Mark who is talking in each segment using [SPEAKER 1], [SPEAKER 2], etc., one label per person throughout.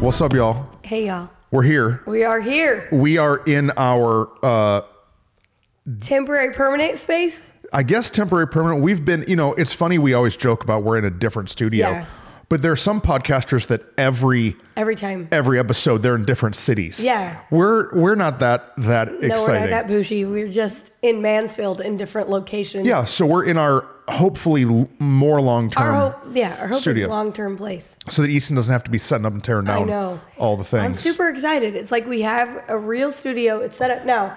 [SPEAKER 1] What's up, y'all?
[SPEAKER 2] Hey, y'all.
[SPEAKER 1] We're here.
[SPEAKER 2] We are here.
[SPEAKER 1] We are in our, uh,
[SPEAKER 2] Temporary permanent space.
[SPEAKER 1] I guess, temporary permanent. We've been, you know, it's funny. We always joke about we're in a different studio,
[SPEAKER 2] Yeah.
[SPEAKER 1] but there are some podcasters that every
[SPEAKER 2] Every time.
[SPEAKER 1] every episode they're in different cities.
[SPEAKER 2] Yeah.
[SPEAKER 1] we're we're not that that
[SPEAKER 2] No, we're
[SPEAKER 1] exciting.
[SPEAKER 2] not that bougie. We're just in Mansfield in different locations.
[SPEAKER 1] yeah, so we're in our hopefully l- more long
[SPEAKER 2] Our
[SPEAKER 1] term,
[SPEAKER 2] hope, yeah, our hope
[SPEAKER 1] studio.
[SPEAKER 2] is long term place.
[SPEAKER 1] so that Easton doesn't have to be setting up and tearing down
[SPEAKER 2] I know.
[SPEAKER 1] all the things.
[SPEAKER 2] I'm super excited. It's like we have a real studio. It's set up now.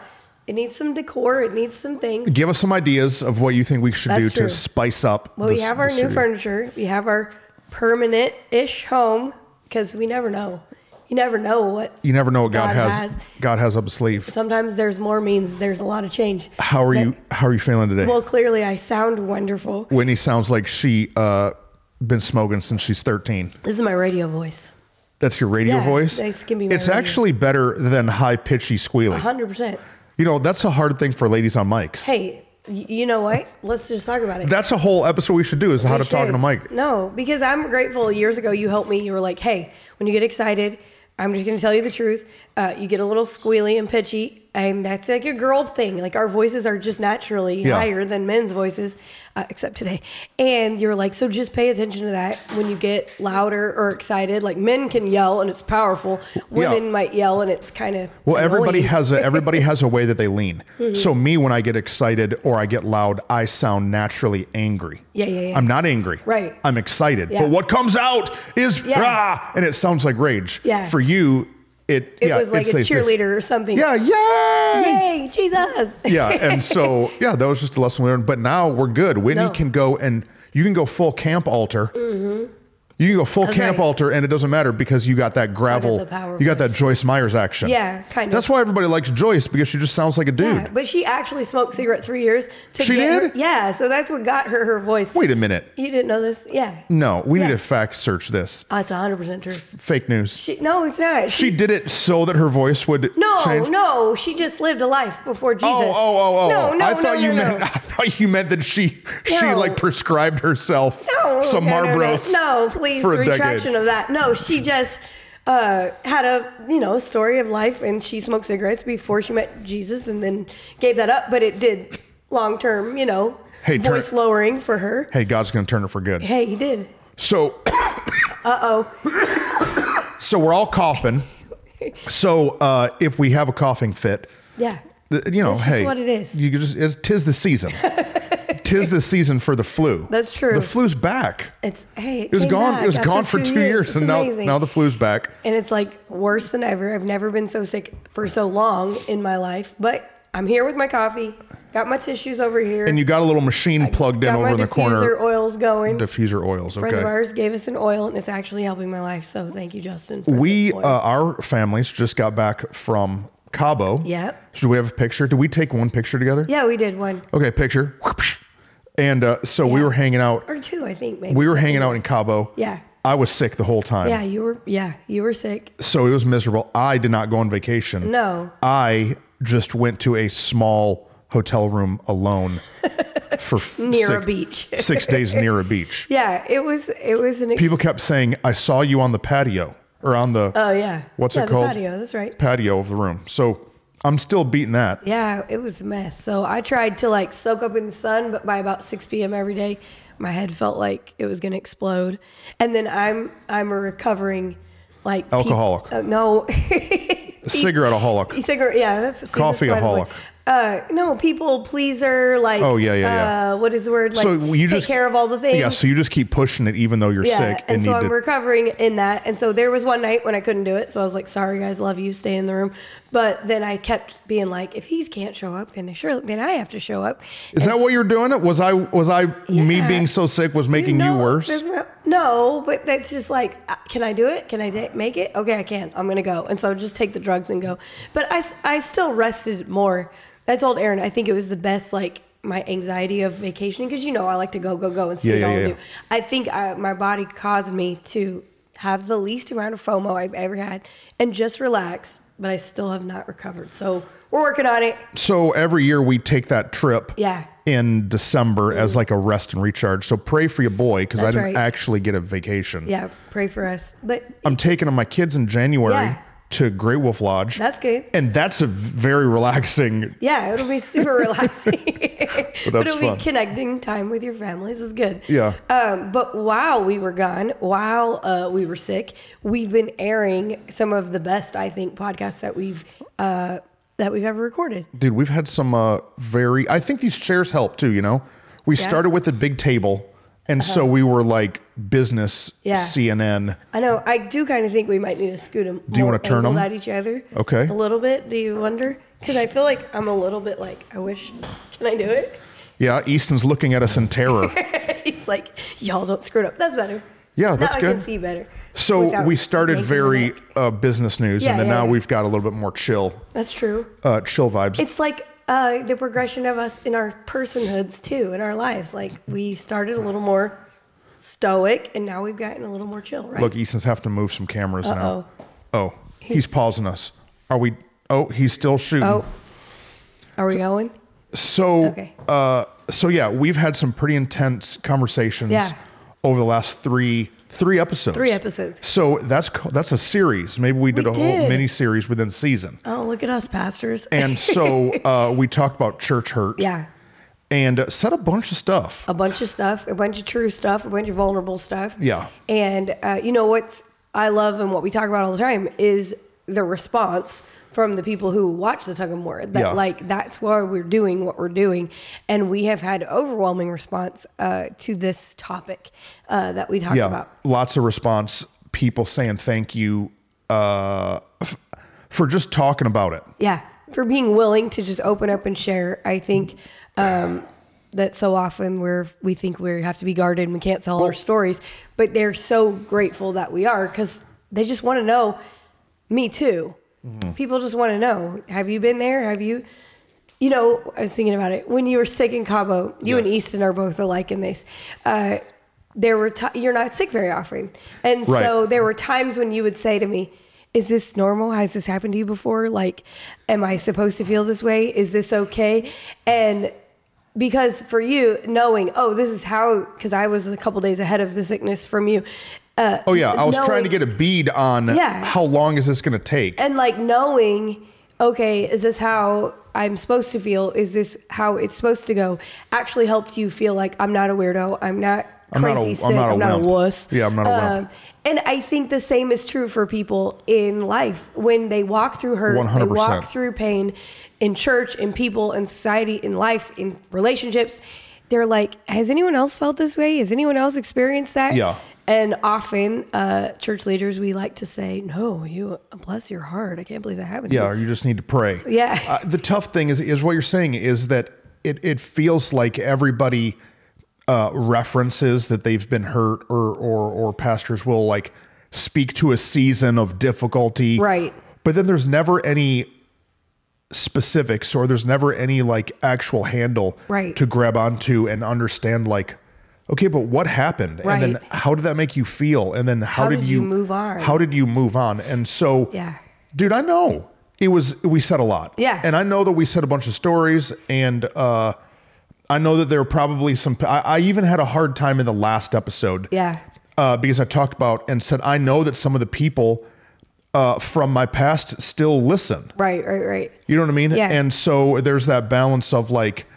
[SPEAKER 2] It needs some decor. It needs some things.
[SPEAKER 1] Give us some ideas of what you think we should
[SPEAKER 2] That's
[SPEAKER 1] do to
[SPEAKER 2] true.
[SPEAKER 1] spice up.
[SPEAKER 2] Well, we
[SPEAKER 1] this-
[SPEAKER 2] have our
[SPEAKER 1] the
[SPEAKER 2] new
[SPEAKER 1] studio.
[SPEAKER 2] furniture. We have our permanent ish home because we never know. You never know what.
[SPEAKER 1] You never know what God,
[SPEAKER 2] God
[SPEAKER 1] has,
[SPEAKER 2] has.
[SPEAKER 1] God has up his sleeve.
[SPEAKER 2] Sometimes there's more means. There's a lot of change.
[SPEAKER 1] How are you? How are you feeling today?
[SPEAKER 2] Well, clearly I sound wonderful.
[SPEAKER 1] Whitney sounds like she uh been smoking since she's 13.
[SPEAKER 2] This is my radio voice.
[SPEAKER 1] That's your radio
[SPEAKER 2] Yeah,
[SPEAKER 1] voice.
[SPEAKER 2] this can be my
[SPEAKER 1] it's
[SPEAKER 2] radio.
[SPEAKER 1] actually better than high pitchy squealy.
[SPEAKER 2] 100%.
[SPEAKER 1] You know, that's a hard thing for ladies on mics.
[SPEAKER 2] Hey, y- you know what? Let's just talk about it.
[SPEAKER 1] That's a whole episode we should do is how to
[SPEAKER 2] We
[SPEAKER 1] talk on
[SPEAKER 2] should.
[SPEAKER 1] a mic.
[SPEAKER 2] No, because I'm grateful. Years ago, you helped me. You were like, hey, when you get excited, I'm just going to tell you the truth. Uh, you get a little squealy and pitchy, and that's like a girl thing. Like our voices are just naturally
[SPEAKER 1] Yeah.
[SPEAKER 2] higher than men's voices, uh, except today. And you're like, so just pay attention to that when you get louder or excited. Like men can yell and it's powerful. Women might yell and it's kind of
[SPEAKER 1] Well, everybody
[SPEAKER 2] annoying. Mm-hmm.
[SPEAKER 1] has a everybody has a way that they lean. So me, when I get excited or I get loud, I sound naturally angry.
[SPEAKER 2] Yeah, yeah, yeah.
[SPEAKER 1] I'm not angry.
[SPEAKER 2] Right.
[SPEAKER 1] I'm excited.
[SPEAKER 2] Yeah.
[SPEAKER 1] But what comes out is
[SPEAKER 2] Yeah.
[SPEAKER 1] rah, and it sounds like rage.
[SPEAKER 2] Yeah.
[SPEAKER 1] For you, it
[SPEAKER 2] It
[SPEAKER 1] yeah,
[SPEAKER 2] was like a
[SPEAKER 1] says this.
[SPEAKER 2] cheerleader or something.
[SPEAKER 1] Yeah, yay!
[SPEAKER 2] Yay, Jesus.
[SPEAKER 1] Yeah, and so yeah, that was just a lesson we learned. But now we're good. Whitney
[SPEAKER 2] No.
[SPEAKER 1] can go and you can go full camp altar. You can go full
[SPEAKER 2] Mm-hmm. That's
[SPEAKER 1] camp
[SPEAKER 2] right.
[SPEAKER 1] altar, and it doesn't matter because you got that gravel.
[SPEAKER 2] the power
[SPEAKER 1] You got that
[SPEAKER 2] voice.
[SPEAKER 1] Joyce Myers action.
[SPEAKER 2] Yeah, kind of.
[SPEAKER 1] That's why everybody likes Joyce because she just sounds like a dude.
[SPEAKER 2] Yeah, but she actually smoked cigarettes for years. To
[SPEAKER 1] She
[SPEAKER 2] get
[SPEAKER 1] did?
[SPEAKER 2] Her, yeah, so that's what got her her voice.
[SPEAKER 1] Wait Mm. a minute.
[SPEAKER 2] You didn't know this? Yeah.
[SPEAKER 1] No, we need
[SPEAKER 2] Yeah.
[SPEAKER 1] to fact search this.
[SPEAKER 2] Oh, it's 100% true.
[SPEAKER 1] Fake news.
[SPEAKER 2] She, no, it's not.
[SPEAKER 1] She did it so that her voice would
[SPEAKER 2] no,
[SPEAKER 1] change.
[SPEAKER 2] no, she just lived a life before Jesus.
[SPEAKER 1] Oh, oh, oh, oh!
[SPEAKER 2] No,
[SPEAKER 1] oh.
[SPEAKER 2] no,
[SPEAKER 1] I thought
[SPEAKER 2] no,
[SPEAKER 1] you
[SPEAKER 2] no,
[SPEAKER 1] meant
[SPEAKER 2] no.
[SPEAKER 1] I thought you meant that she she
[SPEAKER 2] No.
[SPEAKER 1] like prescribed herself
[SPEAKER 2] No,
[SPEAKER 1] some
[SPEAKER 2] no, no, no.
[SPEAKER 1] Marlboros.
[SPEAKER 2] No, please,
[SPEAKER 1] for a decade.
[SPEAKER 2] retraction of that. No, she just uh, had a you know story of life, and she smoked cigarettes before she met Jesus, and then gave that up. But it did long term, you know,
[SPEAKER 1] Hey, turn-
[SPEAKER 2] voice lowering for her.
[SPEAKER 1] Hey, God's going to turn it for good.
[SPEAKER 2] Hey, he did.
[SPEAKER 1] So,
[SPEAKER 2] Uh oh.
[SPEAKER 1] so we're all coughing. So, uh, if we have a coughing fit,
[SPEAKER 2] Yeah.
[SPEAKER 1] th- you know,
[SPEAKER 2] That's just
[SPEAKER 1] hey,
[SPEAKER 2] what it is.
[SPEAKER 1] You could just it's, tis the season. tis the season for the flu.
[SPEAKER 2] That's true.
[SPEAKER 1] The flu's back.
[SPEAKER 2] It's hey.
[SPEAKER 1] It was
[SPEAKER 2] came
[SPEAKER 1] gone.
[SPEAKER 2] back
[SPEAKER 1] It was
[SPEAKER 2] after
[SPEAKER 1] gone for two years,
[SPEAKER 2] It's
[SPEAKER 1] and now
[SPEAKER 2] amazing.
[SPEAKER 1] now the flu's back.
[SPEAKER 2] and it's like worse than ever. I've never been so sick for so long in my life, but I'm here with my coffee. Got my tissues over here.
[SPEAKER 1] And you got a little machine plugged in
[SPEAKER 2] got
[SPEAKER 1] over
[SPEAKER 2] my
[SPEAKER 1] in the corner.
[SPEAKER 2] diffuser oils going.
[SPEAKER 1] Diffuser oils.
[SPEAKER 2] friend of
[SPEAKER 1] Okay.
[SPEAKER 2] ours gave us an oil, and it's actually helping my life. So thank you, Justin. for
[SPEAKER 1] We
[SPEAKER 2] the
[SPEAKER 1] uh,
[SPEAKER 2] oil.
[SPEAKER 1] our families just got back from Cabo.
[SPEAKER 2] Yep.
[SPEAKER 1] Should we have a picture? Did we take one picture together?
[SPEAKER 2] yeah, we did one
[SPEAKER 1] Okay, picture. And uh, so we
[SPEAKER 2] Yeah.
[SPEAKER 1] were hanging out.
[SPEAKER 2] or two, I think. Maybe
[SPEAKER 1] We were hanging out in Cabo.
[SPEAKER 2] Yeah.
[SPEAKER 1] I was sick the whole time.
[SPEAKER 2] Yeah, you were. Yeah, you were sick.
[SPEAKER 1] So it was miserable. I did not go on vacation.
[SPEAKER 2] No.
[SPEAKER 1] I just went to a small hotel room alone for f-
[SPEAKER 2] Near a
[SPEAKER 1] six-
[SPEAKER 2] beach.
[SPEAKER 1] six days near a beach.
[SPEAKER 2] Yeah, it was. It was an. Ex-
[SPEAKER 1] People kept saying, I saw you on the patio or on the
[SPEAKER 2] oh yeah.
[SPEAKER 1] What's
[SPEAKER 2] yeah,
[SPEAKER 1] it called?
[SPEAKER 2] The patio. That's right.
[SPEAKER 1] patio of the room. So I'm still beating that.
[SPEAKER 2] Yeah, it was a mess. So I tried to like soak up in the sun, but by about 6 p.m. every day, my head felt like it was gonna explode. And then I'm I'm a recovering like peop-
[SPEAKER 1] Alcoholic.
[SPEAKER 2] uh, no,
[SPEAKER 1] Cigarette aholic.
[SPEAKER 2] cigarette. Yeah, that's see, that's
[SPEAKER 1] Coffeeaholic.
[SPEAKER 2] why the word- Uh, no, people pleaser. Like
[SPEAKER 1] Oh, yeah, yeah, yeah.
[SPEAKER 2] Uh, what is the word? Like
[SPEAKER 1] so you
[SPEAKER 2] take
[SPEAKER 1] just
[SPEAKER 2] care of all the things.
[SPEAKER 1] Yeah, so you just keep pushing it even though you're
[SPEAKER 2] Yeah,
[SPEAKER 1] sick
[SPEAKER 2] and so
[SPEAKER 1] need
[SPEAKER 2] I'm
[SPEAKER 1] to-
[SPEAKER 2] recovering in that. And so there was one night when I couldn't do it. So I was like, "Sorry, guys, love you, stay in the room." But then I kept being like, "If he can't show up, then I sure then I have to show up."
[SPEAKER 1] Is that what you're doing? It was I was I me
[SPEAKER 2] Yeah.
[SPEAKER 1] being so sick was making you,
[SPEAKER 2] know,
[SPEAKER 1] worse?
[SPEAKER 2] that's what- No, but that's just like, uh, can I do it? Can I ta- make it? Okay, I can. I'm gonna go, and so just take the drugs and go. But I, s- I still rested more. I told Aaron I think it was the best like my anxiety of vacation because you know I like to go go go and see
[SPEAKER 1] Yeah,
[SPEAKER 2] it
[SPEAKER 1] yeah,
[SPEAKER 2] all
[SPEAKER 1] yeah.
[SPEAKER 2] new. I think I, my body caused me to have the least amount of FOMO I've ever had and just relax. But I still have not recovered. So We're working on it.
[SPEAKER 1] So every year we take that trip.
[SPEAKER 2] Yeah. Mm-hmm.
[SPEAKER 1] In December as like a rest and recharge. So pray for your boy because I
[SPEAKER 2] That's
[SPEAKER 1] didn't
[SPEAKER 2] right.
[SPEAKER 1] actually get a vacation.
[SPEAKER 2] Yeah. Pray for us. But
[SPEAKER 1] I'm taking my kids in January
[SPEAKER 2] Yeah.
[SPEAKER 1] to Great Wolf Lodge.
[SPEAKER 2] that's good.
[SPEAKER 1] and that's a very relaxing.
[SPEAKER 2] Yeah, it'll be super relaxing. but,
[SPEAKER 1] that's
[SPEAKER 2] it'll
[SPEAKER 1] fun.
[SPEAKER 2] be connecting time with your families is good.
[SPEAKER 1] Yeah.
[SPEAKER 2] Um, but while we were gone, while uh, we were sick, we've been airing some of the best, I think, podcasts that we've uh, that we've ever recorded.
[SPEAKER 1] Dude, we've had some uh, very. I think these chairs help too. You know, we
[SPEAKER 2] Yeah. Uh-huh.
[SPEAKER 1] started with a big table, and so we were like business
[SPEAKER 2] Yeah.
[SPEAKER 1] CNN.
[SPEAKER 2] I know. I do kind of think we might need to scoot them.
[SPEAKER 1] Do you wanna turn 'em?
[SPEAKER 2] at each other?
[SPEAKER 1] Okay.
[SPEAKER 2] A little bit. Do you wonder? Because I feel like I'm a little bit like I wish. Can I do it?
[SPEAKER 1] Yeah, Easton's looking at us in terror.
[SPEAKER 2] He's like, y'all don't screw it up. That's better.
[SPEAKER 1] Yeah, that's
[SPEAKER 2] now I can
[SPEAKER 1] good.
[SPEAKER 2] see better.
[SPEAKER 1] So
[SPEAKER 2] without
[SPEAKER 1] we started
[SPEAKER 2] yanking the
[SPEAKER 1] very
[SPEAKER 2] neck.
[SPEAKER 1] uh, business news,
[SPEAKER 2] Yeah,
[SPEAKER 1] and then
[SPEAKER 2] yeah,
[SPEAKER 1] now
[SPEAKER 2] yeah.
[SPEAKER 1] we've got a little bit more chill,
[SPEAKER 2] That's true.
[SPEAKER 1] uh, chill vibes.
[SPEAKER 2] It's like uh, the progression of us in our personhoods too, in our lives. Like we started a little more stoic, and now we've gotten a little more chill, right?
[SPEAKER 1] Look, Easton's have to move some cameras now. Oh, he's,
[SPEAKER 2] He's-
[SPEAKER 1] pausing us. Are we? Oh, he's still shooting.
[SPEAKER 2] oh, are we going?
[SPEAKER 1] So,
[SPEAKER 2] Okay.
[SPEAKER 1] uh, so yeah, we've had some pretty intense conversations
[SPEAKER 2] Yeah.
[SPEAKER 1] over the last three three episodes.
[SPEAKER 2] Three episodes.
[SPEAKER 1] So that's co- that's a series. Maybe we did
[SPEAKER 2] We
[SPEAKER 1] a whole
[SPEAKER 2] did.
[SPEAKER 1] mini series within season.
[SPEAKER 2] Oh, look at us, pastors.
[SPEAKER 1] And so uh, we talked about church hurt.
[SPEAKER 2] yeah,
[SPEAKER 1] And uh, said a bunch of stuff.
[SPEAKER 2] a bunch of stuff, a bunch of true stuff, a bunch of vulnerable stuff.
[SPEAKER 1] Yeah.
[SPEAKER 2] And uh, you know what's I love and what we talk about all the time is the response from the people who watch the tug of war. That
[SPEAKER 1] Yeah.
[SPEAKER 2] like that's why we're doing what we're doing, and we have had overwhelming response uh, to this topic uh, that we talked
[SPEAKER 1] yeah.
[SPEAKER 2] about.
[SPEAKER 1] Lots of response. People saying thank you uh, f- for just talking about it.
[SPEAKER 2] Yeah, for being willing to just open up and share. I think um, that so often we're we think we have to be guarded and we can't tell our stories, but they're so grateful that we are because they just want to know. Me too.
[SPEAKER 1] Mm-hmm.
[SPEAKER 2] People just want to know. Have you been there? Have you? You know, I was thinking about it when you were sick in Cabo. You and
[SPEAKER 1] Yes.
[SPEAKER 2] Easton are both alike in this. Uh, there were ti you're not sick very often, and
[SPEAKER 1] Right.
[SPEAKER 2] so there were times when you would say to me, Is this normal? Has this happened to you before? Like, am I supposed to feel this way? Is this okay? And because for you, knowing, oh, this is how, because I was a couple days ahead of the sickness from you. Uh,
[SPEAKER 1] Oh yeah, I was trying
[SPEAKER 2] knowing-
[SPEAKER 1] to get a bead on
[SPEAKER 2] Yeah.
[SPEAKER 1] how long is this going to take.
[SPEAKER 2] and like knowing, okay, is this how I'm supposed to feel? Is this how it's supposed to go? Actually helped you feel like I'm not a weirdo. I'm not
[SPEAKER 1] I'm not a-
[SPEAKER 2] crazy
[SPEAKER 1] I'm
[SPEAKER 2] sick.
[SPEAKER 1] not a
[SPEAKER 2] I'm not a
[SPEAKER 1] wimp.
[SPEAKER 2] wuss.
[SPEAKER 1] Yeah, I'm not a wimp.
[SPEAKER 2] Um, and I think the same is true for people in life when they walk through hurt, they
[SPEAKER 1] 100%.
[SPEAKER 2] walk through pain in church, in people, in society, in life, in relationships. They're like, has anyone else felt this way? Has anyone else experienced that?
[SPEAKER 1] Yeah.
[SPEAKER 2] And often, uh, church leaders, we like to say, "No, you bless your heart. I can't believe that happened." to
[SPEAKER 1] Yeah,
[SPEAKER 2] you."
[SPEAKER 1] or you just need to pray.
[SPEAKER 2] Yeah.
[SPEAKER 1] Uh, the tough thing is is what you're saying is that it it feels like everybody uh, references that they've been hurt or or or pastors will like speak to a season of difficulty.
[SPEAKER 2] Right.
[SPEAKER 1] But then there's never any specifics or there's never any like actual handle
[SPEAKER 2] Right.
[SPEAKER 1] to grab onto and understand like okay but what happened and then
[SPEAKER 2] Right.
[SPEAKER 1] how did that make you feel and then how,
[SPEAKER 2] How did you move on?
[SPEAKER 1] how did you move on and so
[SPEAKER 2] Yeah.
[SPEAKER 1] dude i know it was we said a lot
[SPEAKER 2] Yeah.
[SPEAKER 1] and i know that we said a bunch of stories and uh i know that there were probably some i, I even had a hard time in the last episode
[SPEAKER 2] Yeah.
[SPEAKER 1] uh, because i talked about and said i know that some of the people uh, from my past still listen
[SPEAKER 2] Right. Right. Right.
[SPEAKER 1] you know what i mean
[SPEAKER 2] Yeah.
[SPEAKER 1] and so there's that balance of like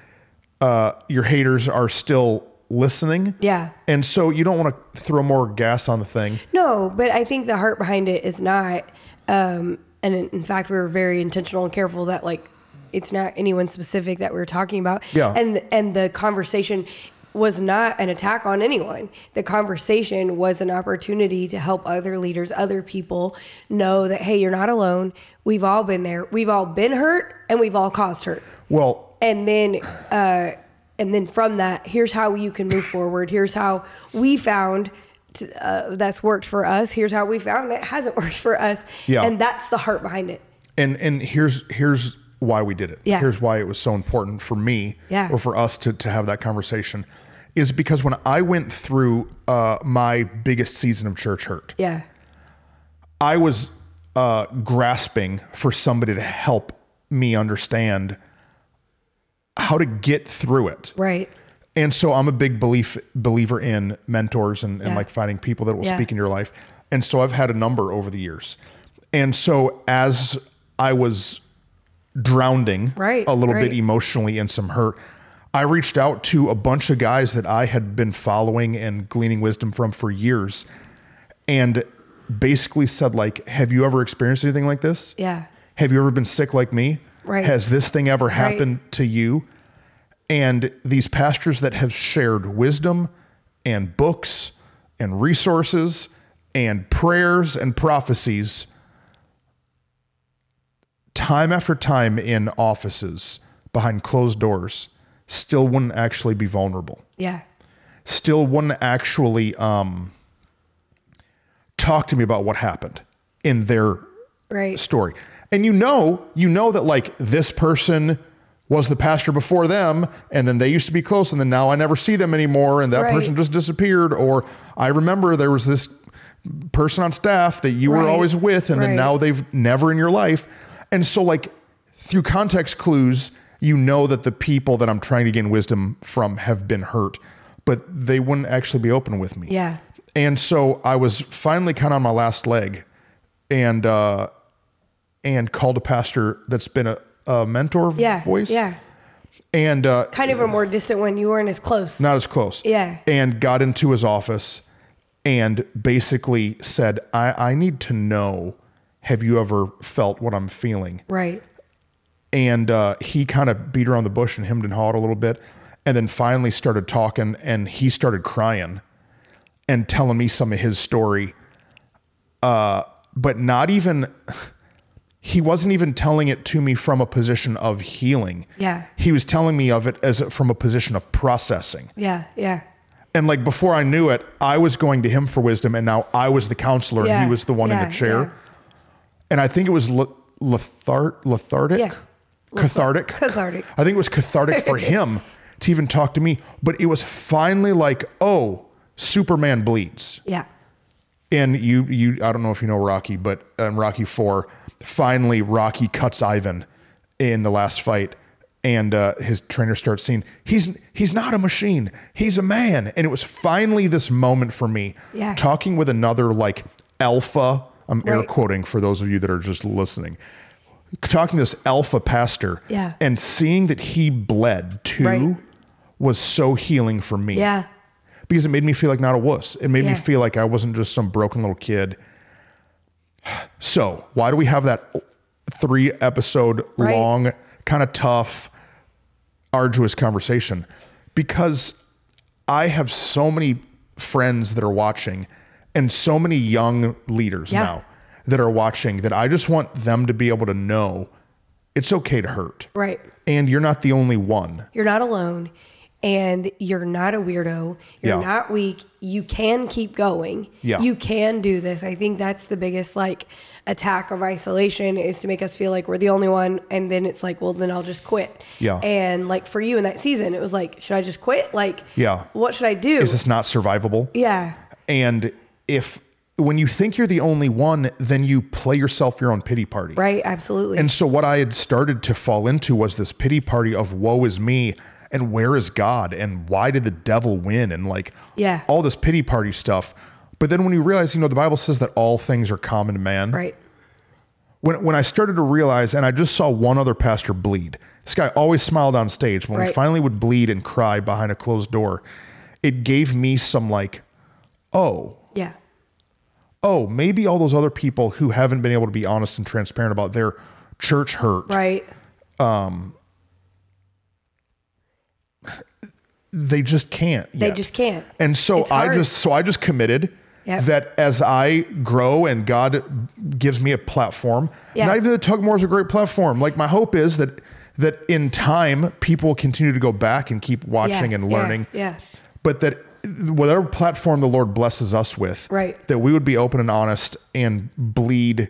[SPEAKER 1] uh your haters are still listening
[SPEAKER 2] Yeah.
[SPEAKER 1] and so you don't want to throw more gas on the thing
[SPEAKER 2] No, but I think the heart behind it is not. Um, and in, in fact, we were very intentional and careful that like it's not anyone specific that we were talking about.
[SPEAKER 1] Yeah.
[SPEAKER 2] And and the conversation was not an attack on anyone. The conversation was an opportunity to help other leaders, other people know that hey, you're not alone. We've all been there. We've all been hurt, and we've all caused hurt.
[SPEAKER 1] well
[SPEAKER 2] and then uh, and then from that, here's how you can move forward. Here's how we found to, uh, that's worked for us. Here's how we found that hasn't worked for us.
[SPEAKER 1] Yeah.
[SPEAKER 2] and that's the heart behind it.
[SPEAKER 1] and and here's here's why we did it.
[SPEAKER 2] Yeah.
[SPEAKER 1] Here's why it was so important for me
[SPEAKER 2] Yeah.
[SPEAKER 1] or for us to to have that conversation is because when I went through uh, my biggest season of church hurt,
[SPEAKER 2] Yeah,
[SPEAKER 1] I was uh, grasping for somebody to help me understand how to get through it.
[SPEAKER 2] Right.
[SPEAKER 1] And so I'm a big belief believer in mentors and, and
[SPEAKER 2] Yeah.
[SPEAKER 1] like finding people that will
[SPEAKER 2] Yeah.
[SPEAKER 1] speak in your life. And so I've had a number over the years. And so as I was drowning
[SPEAKER 2] Right,
[SPEAKER 1] a little
[SPEAKER 2] right.
[SPEAKER 1] bit emotionally in some hurt, I reached out to a bunch of guys that I had been following and gleaning wisdom from for years and basically said like, "Have you ever experienced anything like this?
[SPEAKER 2] Yeah.
[SPEAKER 1] Have you ever been sick like me?
[SPEAKER 2] Right.
[SPEAKER 1] Has this thing ever happened to you? And these pastors that have shared wisdom and books and resources and prayers and prophecies time after time in offices behind closed doors still wouldn't actually be vulnerable
[SPEAKER 2] Yeah.
[SPEAKER 1] still wouldn't actually um, talk to me about what happened in their
[SPEAKER 2] Right.
[SPEAKER 1] story. And you know, you know that like this person was the pastor before them, and then they used to be close, and then now I never see them anymore, and that
[SPEAKER 2] Right.
[SPEAKER 1] person just disappeared. Or I remember there was this person on staff that you were
[SPEAKER 2] Right.
[SPEAKER 1] always with, and
[SPEAKER 2] Right.
[SPEAKER 1] then now they've never in your life. And so, like, through context clues, you know that the people that I'm trying to gain wisdom from have been hurt, but they wouldn't actually be open with me.
[SPEAKER 2] Yeah.
[SPEAKER 1] And so I was finally kind of on my last leg and uh and called a pastor that's been a, a mentor
[SPEAKER 2] Yeah.
[SPEAKER 1] voice.
[SPEAKER 2] Yeah.
[SPEAKER 1] And uh
[SPEAKER 2] Kind of a more distant one. You weren't as close.
[SPEAKER 1] not as close.
[SPEAKER 2] Yeah.
[SPEAKER 1] And got into his office and basically said, I, I need to know, have you ever felt what I'm feeling?
[SPEAKER 2] Right.
[SPEAKER 1] and uh, he kind of beat around the bush and hemmed and hawed a little bit, and then finally started talking, and he started crying and telling me some of his story. Uh, but not even he wasn't even telling it to me from a position of healing.
[SPEAKER 2] Yeah.
[SPEAKER 1] he was telling me of it as a- from a position of processing.
[SPEAKER 2] Yeah. Yeah.
[SPEAKER 1] And like before I knew it, I was going to him for wisdom, and now I was the counselor, and
[SPEAKER 2] Yeah,
[SPEAKER 1] he was the one in
[SPEAKER 2] yeah,
[SPEAKER 1] the chair.
[SPEAKER 2] yeah.
[SPEAKER 1] And I think it was le- lethar- lethargic,
[SPEAKER 2] Yeah.
[SPEAKER 1] cathartic,
[SPEAKER 2] Cathartic.
[SPEAKER 1] I think it was cathartic for him to even talk to me. But it was finally like, oh, Superman bleeds.
[SPEAKER 2] Yeah.
[SPEAKER 1] And you, you, I don't know if you know Rocky, but in Rocky Four, finally Rocky cuts Ivan in the last fight, and uh, his trainer starts seeing he's he's not a machine, he's a man. And it was finally this moment for me,
[SPEAKER 2] Yeah.
[SPEAKER 1] talking with another like alpha. I'm air
[SPEAKER 2] Right.
[SPEAKER 1] quoting for those of you that are just listening. Talking to this alpha pastor,
[SPEAKER 2] Yeah.
[SPEAKER 1] and seeing that he bled too
[SPEAKER 2] Right.
[SPEAKER 1] was so healing for me
[SPEAKER 2] Yeah.
[SPEAKER 1] because it made me feel like not a wuss. It made
[SPEAKER 2] Yeah.
[SPEAKER 1] me feel like I wasn't just some broken little kid. So, why do we have that three episode
[SPEAKER 2] Right.
[SPEAKER 1] long, kind of tough, arduous conversation? Because I have so many friends that are watching and so many young leaders
[SPEAKER 2] Yeah.
[SPEAKER 1] now that are watching that I just want them to be able to know it's okay to hurt.
[SPEAKER 2] Right.
[SPEAKER 1] And you're not the only one.
[SPEAKER 2] You're not alone and you're not a weirdo. You're
[SPEAKER 1] Yeah.
[SPEAKER 2] not weak. You can keep going.
[SPEAKER 1] Yeah.
[SPEAKER 2] You can do this. I think that's the biggest like attack of isolation is to make us feel like we're the only one and then it's like, well then I'll just quit.
[SPEAKER 1] Yeah.
[SPEAKER 2] And like for you in that season, it was like, should I just quit? Like
[SPEAKER 1] Yeah.
[SPEAKER 2] what should I do?
[SPEAKER 1] Is this not survivable?
[SPEAKER 2] yeah.
[SPEAKER 1] And if when you think you're the only one, then you play yourself your own pity party.
[SPEAKER 2] Right, absolutely.
[SPEAKER 1] And so what I had started to fall into was this pity party of woe is me and where is God and why did the devil win and like
[SPEAKER 2] Yeah.
[SPEAKER 1] all this pity party stuff. But then when you realize, you know, the Bible says that all things are common to man.
[SPEAKER 2] right.
[SPEAKER 1] When when I started to realize and I just saw one other pastor bleed. This guy always smiled on stage when we
[SPEAKER 2] Right.
[SPEAKER 1] finally would bleed and cry behind a closed door. It gave me some like, oh,
[SPEAKER 2] Yeah.
[SPEAKER 1] oh, maybe all those other people who haven't been able to be honest and transparent about their church hurt,
[SPEAKER 2] Right.
[SPEAKER 1] they just can't.
[SPEAKER 2] They
[SPEAKER 1] yet.
[SPEAKER 2] just can't.
[SPEAKER 1] And so
[SPEAKER 2] It's
[SPEAKER 1] I
[SPEAKER 2] hard.
[SPEAKER 1] just so I just committed
[SPEAKER 2] Yep.
[SPEAKER 1] that as I grow and God gives me a platform,
[SPEAKER 2] Yeah.
[SPEAKER 1] not even the Tugmore is a great platform. Like my hope is that that in time people will continue to go back and keep
[SPEAKER 2] Yeah,
[SPEAKER 1] watching and
[SPEAKER 2] yeah,
[SPEAKER 1] learning.
[SPEAKER 2] Yeah.
[SPEAKER 1] but that whatever platform the Lord blesses us with,
[SPEAKER 2] Right.
[SPEAKER 1] that we would be open and honest and bleed,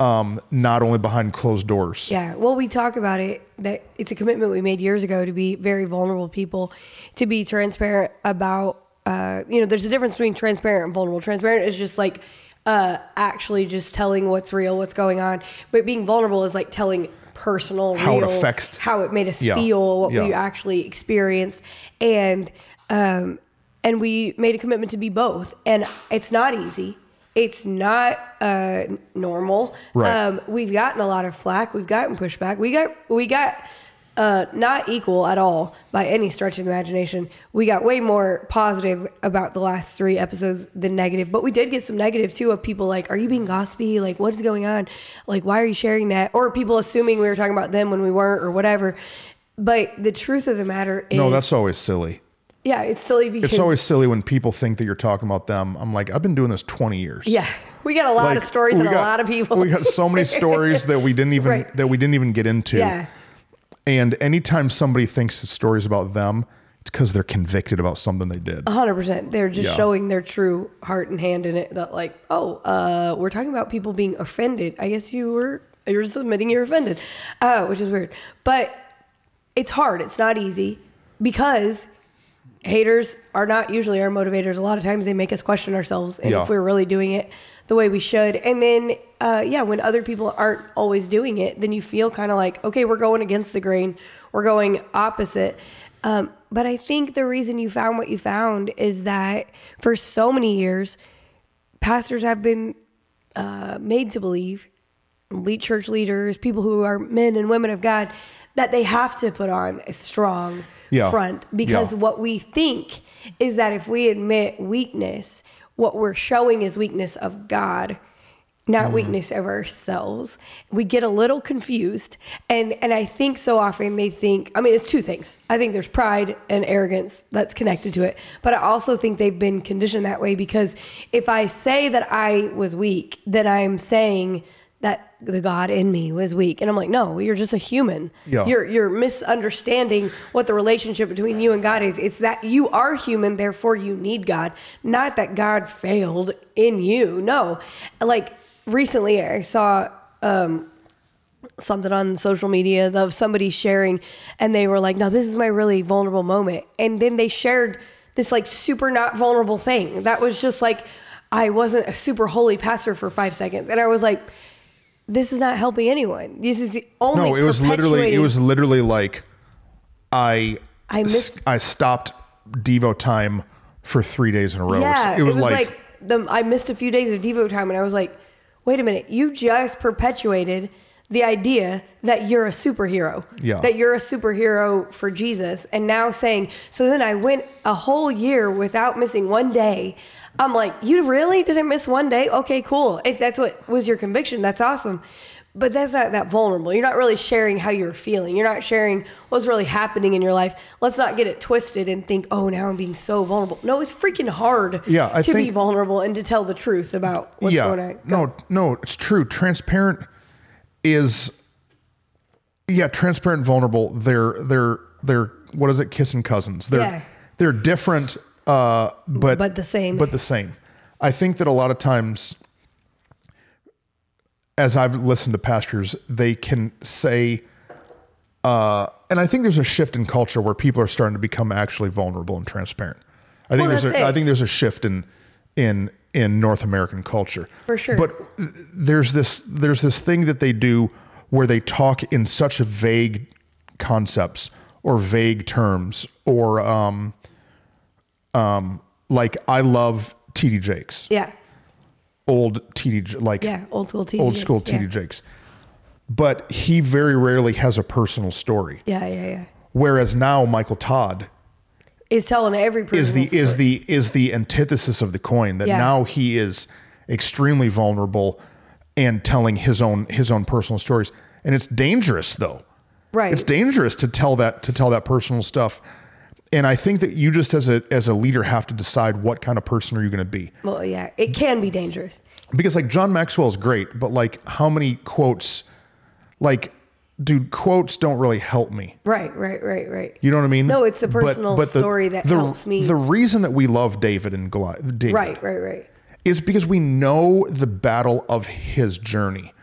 [SPEAKER 1] um, not only behind closed doors.
[SPEAKER 2] Yeah. Well, we talk about it that it's a commitment we made years ago to be very vulnerable people, to be transparent about, uh, you know, there's a difference between transparent and vulnerable. Transparent is just like uh, actually just telling what's real, what's going on. But being vulnerable is like telling personal,
[SPEAKER 1] How it
[SPEAKER 2] real,
[SPEAKER 1] affects-
[SPEAKER 2] how it made us
[SPEAKER 1] Yeah.
[SPEAKER 2] feel, what we
[SPEAKER 1] Yeah.
[SPEAKER 2] actually experienced, and um, and we made a commitment to be both. And it's not easy. It's not uh, normal.
[SPEAKER 1] Right.
[SPEAKER 2] Um, we've gotten a lot of flack. We've gotten pushback. We got we got uh, not equal at all by any stretch of the imagination. We got way more positive about the last three episodes than negative, but we did get some negative too of people like, "Are you being gossipy? Like, what is going on? Like, why are you sharing that?" Or people assuming we were talking about them when we weren't, or whatever. But the truth of the matter is,
[SPEAKER 1] No, that's always silly.
[SPEAKER 2] yeah, it's silly because
[SPEAKER 1] It's always silly when people think that you're talking about them. I'm like, I've been doing this 20 years.
[SPEAKER 2] yeah, we got a lot
[SPEAKER 1] Like,
[SPEAKER 2] of stories
[SPEAKER 1] we
[SPEAKER 2] and
[SPEAKER 1] got-
[SPEAKER 2] a lot of people.
[SPEAKER 1] We got so many stories that we didn't even
[SPEAKER 2] Right.
[SPEAKER 1] that we didn't even get into.
[SPEAKER 2] yeah,
[SPEAKER 1] And anytime somebody thinks the story's about them, it's because they're convicted about something they did.
[SPEAKER 2] hundred percent. They're just
[SPEAKER 1] Yeah.
[SPEAKER 2] showing their true heart and hand in it. That like, oh, uh, we're talking about people being offended. I guess you were you're just admitting you're offended, uh, which is weird. But it's hard. It's not easy because haters are not usually our motivators. A lot of times they make us question ourselves and
[SPEAKER 1] Yeah.
[SPEAKER 2] if we're really doing it the way we should. And then, uh, yeah, when other people aren't always doing it, then you feel kind of like, okay, we're going against the grain, we're going opposite. Um, but I think the reason you found what you found is that for so many years, pastors have been uh, made to believe, lead church leaders, people who are men and women of God, that they have to put on a strong
[SPEAKER 1] Yeah.
[SPEAKER 2] front because
[SPEAKER 1] Yeah.
[SPEAKER 2] what we think is that if we admit weakness, what we're showing is weakness of God, not weakness of ourselves. We get a little confused, and and I think so often they think. I mean, it's two things. I think there's pride and arrogance that's connected to it, but I also think they've been conditioned that way because if I say that I was weak, then I'm saying. That the God in me was weak, and I'm like, no, you're just a human.
[SPEAKER 1] Yeah.
[SPEAKER 2] You're you're misunderstanding what the relationship between you and God is. It's that you are human, therefore you need God, not that God failed in you. No. Like recently I saw um, something on social media of somebody sharing and they were like, "No, this is my really vulnerable moment." And then they shared this like super not vulnerable thing. That was just like I wasn't a super holy pastor for 5 seconds. And I was like, this is not helping anyone. This is the only
[SPEAKER 1] no, it was literally it
[SPEAKER 2] perpetuating-
[SPEAKER 1] was literally like I
[SPEAKER 2] I miss-
[SPEAKER 1] s- I stopped Devo time for three days in a row. or
[SPEAKER 2] Yeah,
[SPEAKER 1] so- it was, like,
[SPEAKER 2] the, I missed a few days of Devo time, and I was like, wait a minute, you just perpetuated the idea that you're a superhero,
[SPEAKER 1] Yeah.
[SPEAKER 2] that you're a superhero for Jesus, and now saying, so then I went a whole year without missing one day. I'm like, you really didn't miss one day? Okay, cool. If that's what was your conviction, that's awesome. But that's not that vulnerable. You're not really sharing how you're feeling. You're not sharing what's really happening in your life. Let's not get it twisted and think, oh, now I'm being so vulnerable. No, it's freaking hard
[SPEAKER 1] Yeah, I
[SPEAKER 2] to be
[SPEAKER 1] think-
[SPEAKER 2] vulnerable and to tell the truth about what's
[SPEAKER 1] yeah,
[SPEAKER 2] going on.
[SPEAKER 1] no, no, it's true. Transparent is yeah, transparent, and vulnerable. They're they're they're what is it? Kissing cousins. They're
[SPEAKER 2] Yeah.
[SPEAKER 1] they're different, uh, but
[SPEAKER 2] But the same.
[SPEAKER 1] But the same. I think that a lot of times, as I've listened to pastors, they can say. Uh, and I think there's a shift in culture where people are starting to become actually vulnerable and transparent. I think
[SPEAKER 2] Well,
[SPEAKER 1] there's
[SPEAKER 2] that's
[SPEAKER 1] a, I
[SPEAKER 2] it.
[SPEAKER 1] think there's a shift in in in North American culture
[SPEAKER 2] For sure.
[SPEAKER 1] But there's this there's this thing that they do where they talk in such vague concepts or vague terms or um um like I love TD Jakes
[SPEAKER 2] Yeah.
[SPEAKER 1] old TD J- like
[SPEAKER 2] Yeah. Old school TD.
[SPEAKER 1] old school
[SPEAKER 2] yeah.
[SPEAKER 1] TD Jakes but he very rarely has a personal story
[SPEAKER 2] Yeah. Yeah. Yeah.
[SPEAKER 1] whereas now Michael Todd
[SPEAKER 2] Is telling every person.
[SPEAKER 1] is the is the is the antithesis of the coin that
[SPEAKER 2] Yeah.
[SPEAKER 1] now he is extremely vulnerable and telling his own his own personal stories and it's dangerous though
[SPEAKER 2] Right.
[SPEAKER 1] it's dangerous to tell that to tell that personal stuff and i think that you just as a as a leader have to decide what kind of person are you going to be
[SPEAKER 2] well, yeah. It can be dangerous.
[SPEAKER 1] because like john maxwell is great but like how many quotes like dude quotes don't really help me
[SPEAKER 2] Right. Right. Right. Right.
[SPEAKER 1] you know what I mean?
[SPEAKER 2] No, it's the personal story that helps me.
[SPEAKER 1] The reason that we love David and Goliath David
[SPEAKER 2] Right. Right. Right.
[SPEAKER 1] is because we know the battle of his journey.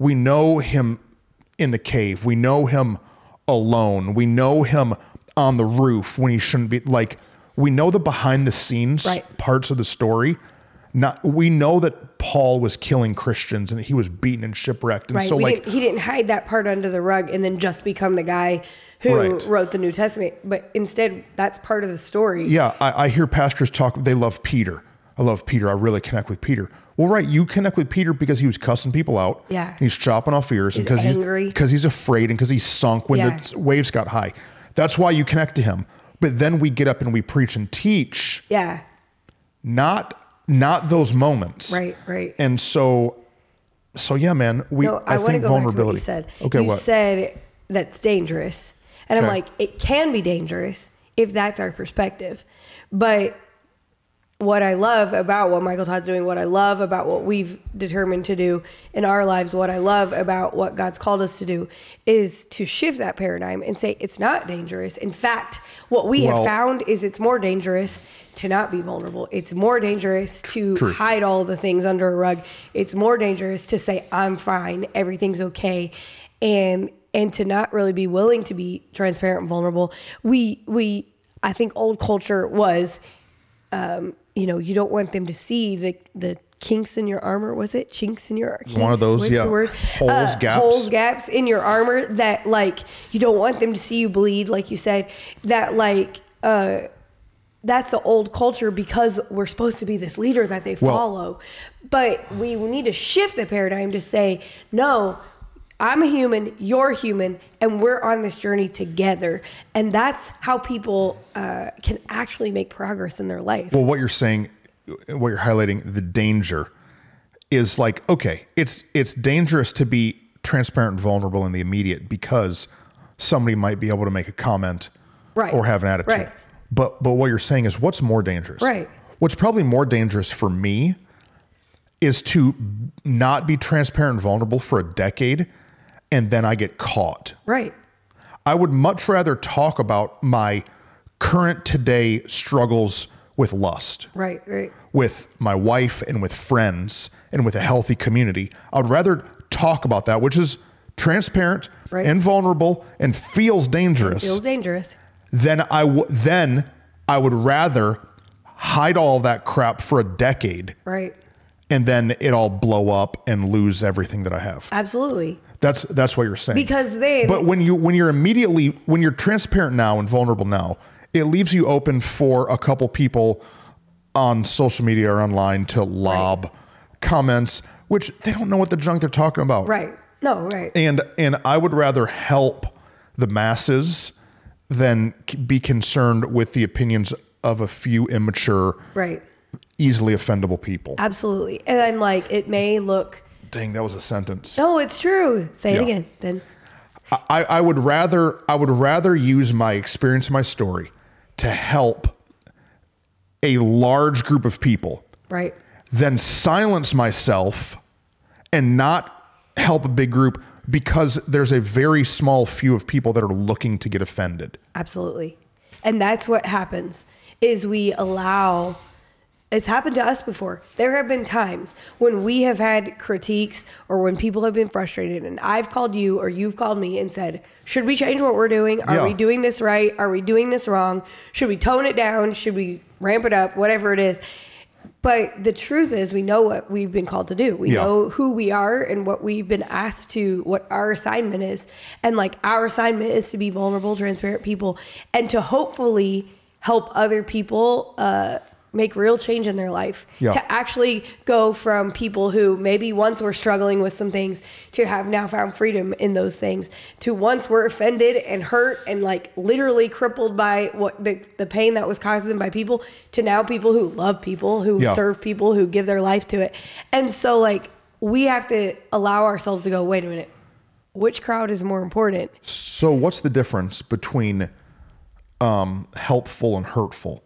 [SPEAKER 1] We know him in the cave. We know him alone. We know him on the roof when he shouldn't be. Like, we know the behind the scenes
[SPEAKER 2] Right.
[SPEAKER 1] parts of the story. Not we know that Paul was killing Christians and that he was beaten and shipwrecked, and
[SPEAKER 2] Right.
[SPEAKER 1] so
[SPEAKER 2] we
[SPEAKER 1] like
[SPEAKER 2] didn't, he didn't hide that part under the rug and then just become the guy who
[SPEAKER 1] Right.
[SPEAKER 2] wrote the New Testament. But instead, that's part of the story.
[SPEAKER 1] yeah, I, I hear pastors talk. They love Peter. I love Peter. I really connect with Peter. Well, right, you connect with Peter because he was cussing people out.
[SPEAKER 2] Yeah.
[SPEAKER 1] and he's chopping off ears
[SPEAKER 2] He's
[SPEAKER 1] because
[SPEAKER 2] angry.
[SPEAKER 1] he's because he's afraid and because he sunk when
[SPEAKER 2] Yeah.
[SPEAKER 1] the waves got high. That's why you connect to him. But then we get up and we preach and teach,
[SPEAKER 2] Yeah.
[SPEAKER 1] not not those moments.
[SPEAKER 2] Right. Right.
[SPEAKER 1] And so, so yeah, man. We
[SPEAKER 2] No,
[SPEAKER 1] I,
[SPEAKER 2] I, want to
[SPEAKER 1] think
[SPEAKER 2] go
[SPEAKER 1] vulnerability.
[SPEAKER 2] back to what you said.
[SPEAKER 1] Okay,
[SPEAKER 2] you
[SPEAKER 1] what?
[SPEAKER 2] said that's dangerous, and
[SPEAKER 1] Okay.
[SPEAKER 2] I'm like, it can be dangerous if that's our perspective. But what I love about what Michael Todd's doing, what I love about what we've determined to do in our lives, what I love about what God's called us to do, is to shift that paradigm and say it's not dangerous. In fact, what we
[SPEAKER 1] Well-
[SPEAKER 2] have found is it's more dangerous to not be vulnerable. It's more dangerous to
[SPEAKER 1] Truth.
[SPEAKER 2] hide all the things under a rug. It's more dangerous to say I'm fine, everything's okay, and and to not really be willing to be transparent and vulnerable. We we I think old culture was, um, you know, you don't want them to see the the kinks in your armor. Was it chinks in your kinks?
[SPEAKER 1] One of those,
[SPEAKER 2] What's
[SPEAKER 1] yeah.
[SPEAKER 2] The word? Uh,
[SPEAKER 1] Holes, gaps.
[SPEAKER 2] Holes, gaps in your armor that like you don't want them to see you bleed. Like you said, that like. uh that's the old culture because we're supposed to be this leader that they
[SPEAKER 1] Well-
[SPEAKER 2] follow. But we need to shift the paradigm to say, no, I'm a human, you're human, and we're on this journey together. And that's how people uh, can actually make progress in their life.
[SPEAKER 1] Well, what you're saying, what you're highlighting, the danger is like okay, it's it's dangerous to be transparent and vulnerable in the immediate because somebody might be able to make a comment
[SPEAKER 2] Right.
[SPEAKER 1] or have an attitude.
[SPEAKER 2] Right.
[SPEAKER 1] But but what you're saying is what's more dangerous?
[SPEAKER 2] Right.
[SPEAKER 1] What's probably more dangerous for me is to not be transparent and vulnerable for a decade and then I get caught.
[SPEAKER 2] right.
[SPEAKER 1] I would much rather talk about my current today struggles with lust
[SPEAKER 2] Right. Right.
[SPEAKER 1] with my wife and with friends and with a healthy community. I'd rather talk about that, which is transparent
[SPEAKER 2] Right.
[SPEAKER 1] and vulnerable and feels dangerous,
[SPEAKER 2] Feels dangerous.
[SPEAKER 1] then I w- then I would rather hide all that crap for a decade
[SPEAKER 2] Right.
[SPEAKER 1] and then it all blow up and lose everything that I have.
[SPEAKER 2] Absolutely.
[SPEAKER 1] That's that's what you're saying.
[SPEAKER 2] Because then
[SPEAKER 1] But when you when you're immediately when you're transparent now and vulnerable now, it leaves you open for a couple people on social media or online to lob comments, which they don't know what the junk they're talking about.
[SPEAKER 2] Right. No, right.
[SPEAKER 1] And and I would rather help the masses than c- be concerned with the opinions of a few immature,
[SPEAKER 2] right.
[SPEAKER 1] easily offendable people.
[SPEAKER 2] Absolutely. And I'm like, it may look
[SPEAKER 1] Dang, that was a sentence.
[SPEAKER 2] No, it's true. Say
[SPEAKER 1] Yeah.
[SPEAKER 2] it again. Then
[SPEAKER 1] I, I would rather I would rather use my experience, and my story, to help a large group of people
[SPEAKER 2] right.
[SPEAKER 1] than silence myself and not help a big group because there's a very small few of people that are looking to get offended.
[SPEAKER 2] Absolutely. And that's what happens is we allow it's happened to us before. There have been times when we have had critiques or when people have been frustrated and I've called you or you've called me and said, "Should we change what we're doing? Are
[SPEAKER 1] Yeah.
[SPEAKER 2] we doing this right? Are we doing this wrong? Should we tone it down? Should we ramp it up? Whatever it is." But the truth is, we know what we've been called to do. We
[SPEAKER 1] Yeah.
[SPEAKER 2] know who we are and what we've been asked to, what our assignment is. And like our assignment is to be vulnerable, transparent people and to hopefully help other people uh, make real change in their life.
[SPEAKER 1] Yeah.
[SPEAKER 2] To actually go from people who maybe once were struggling with some things to have now found freedom in those things, to once were offended and hurt and like literally crippled by what the, the pain that was caused them by people, to now people who love people, who
[SPEAKER 1] Yeah.
[SPEAKER 2] serve people, who give their life to it. And so, like, we have to allow ourselves to go, wait a minute, which crowd is more important?
[SPEAKER 1] So what's the difference between um, helpful and hurtful?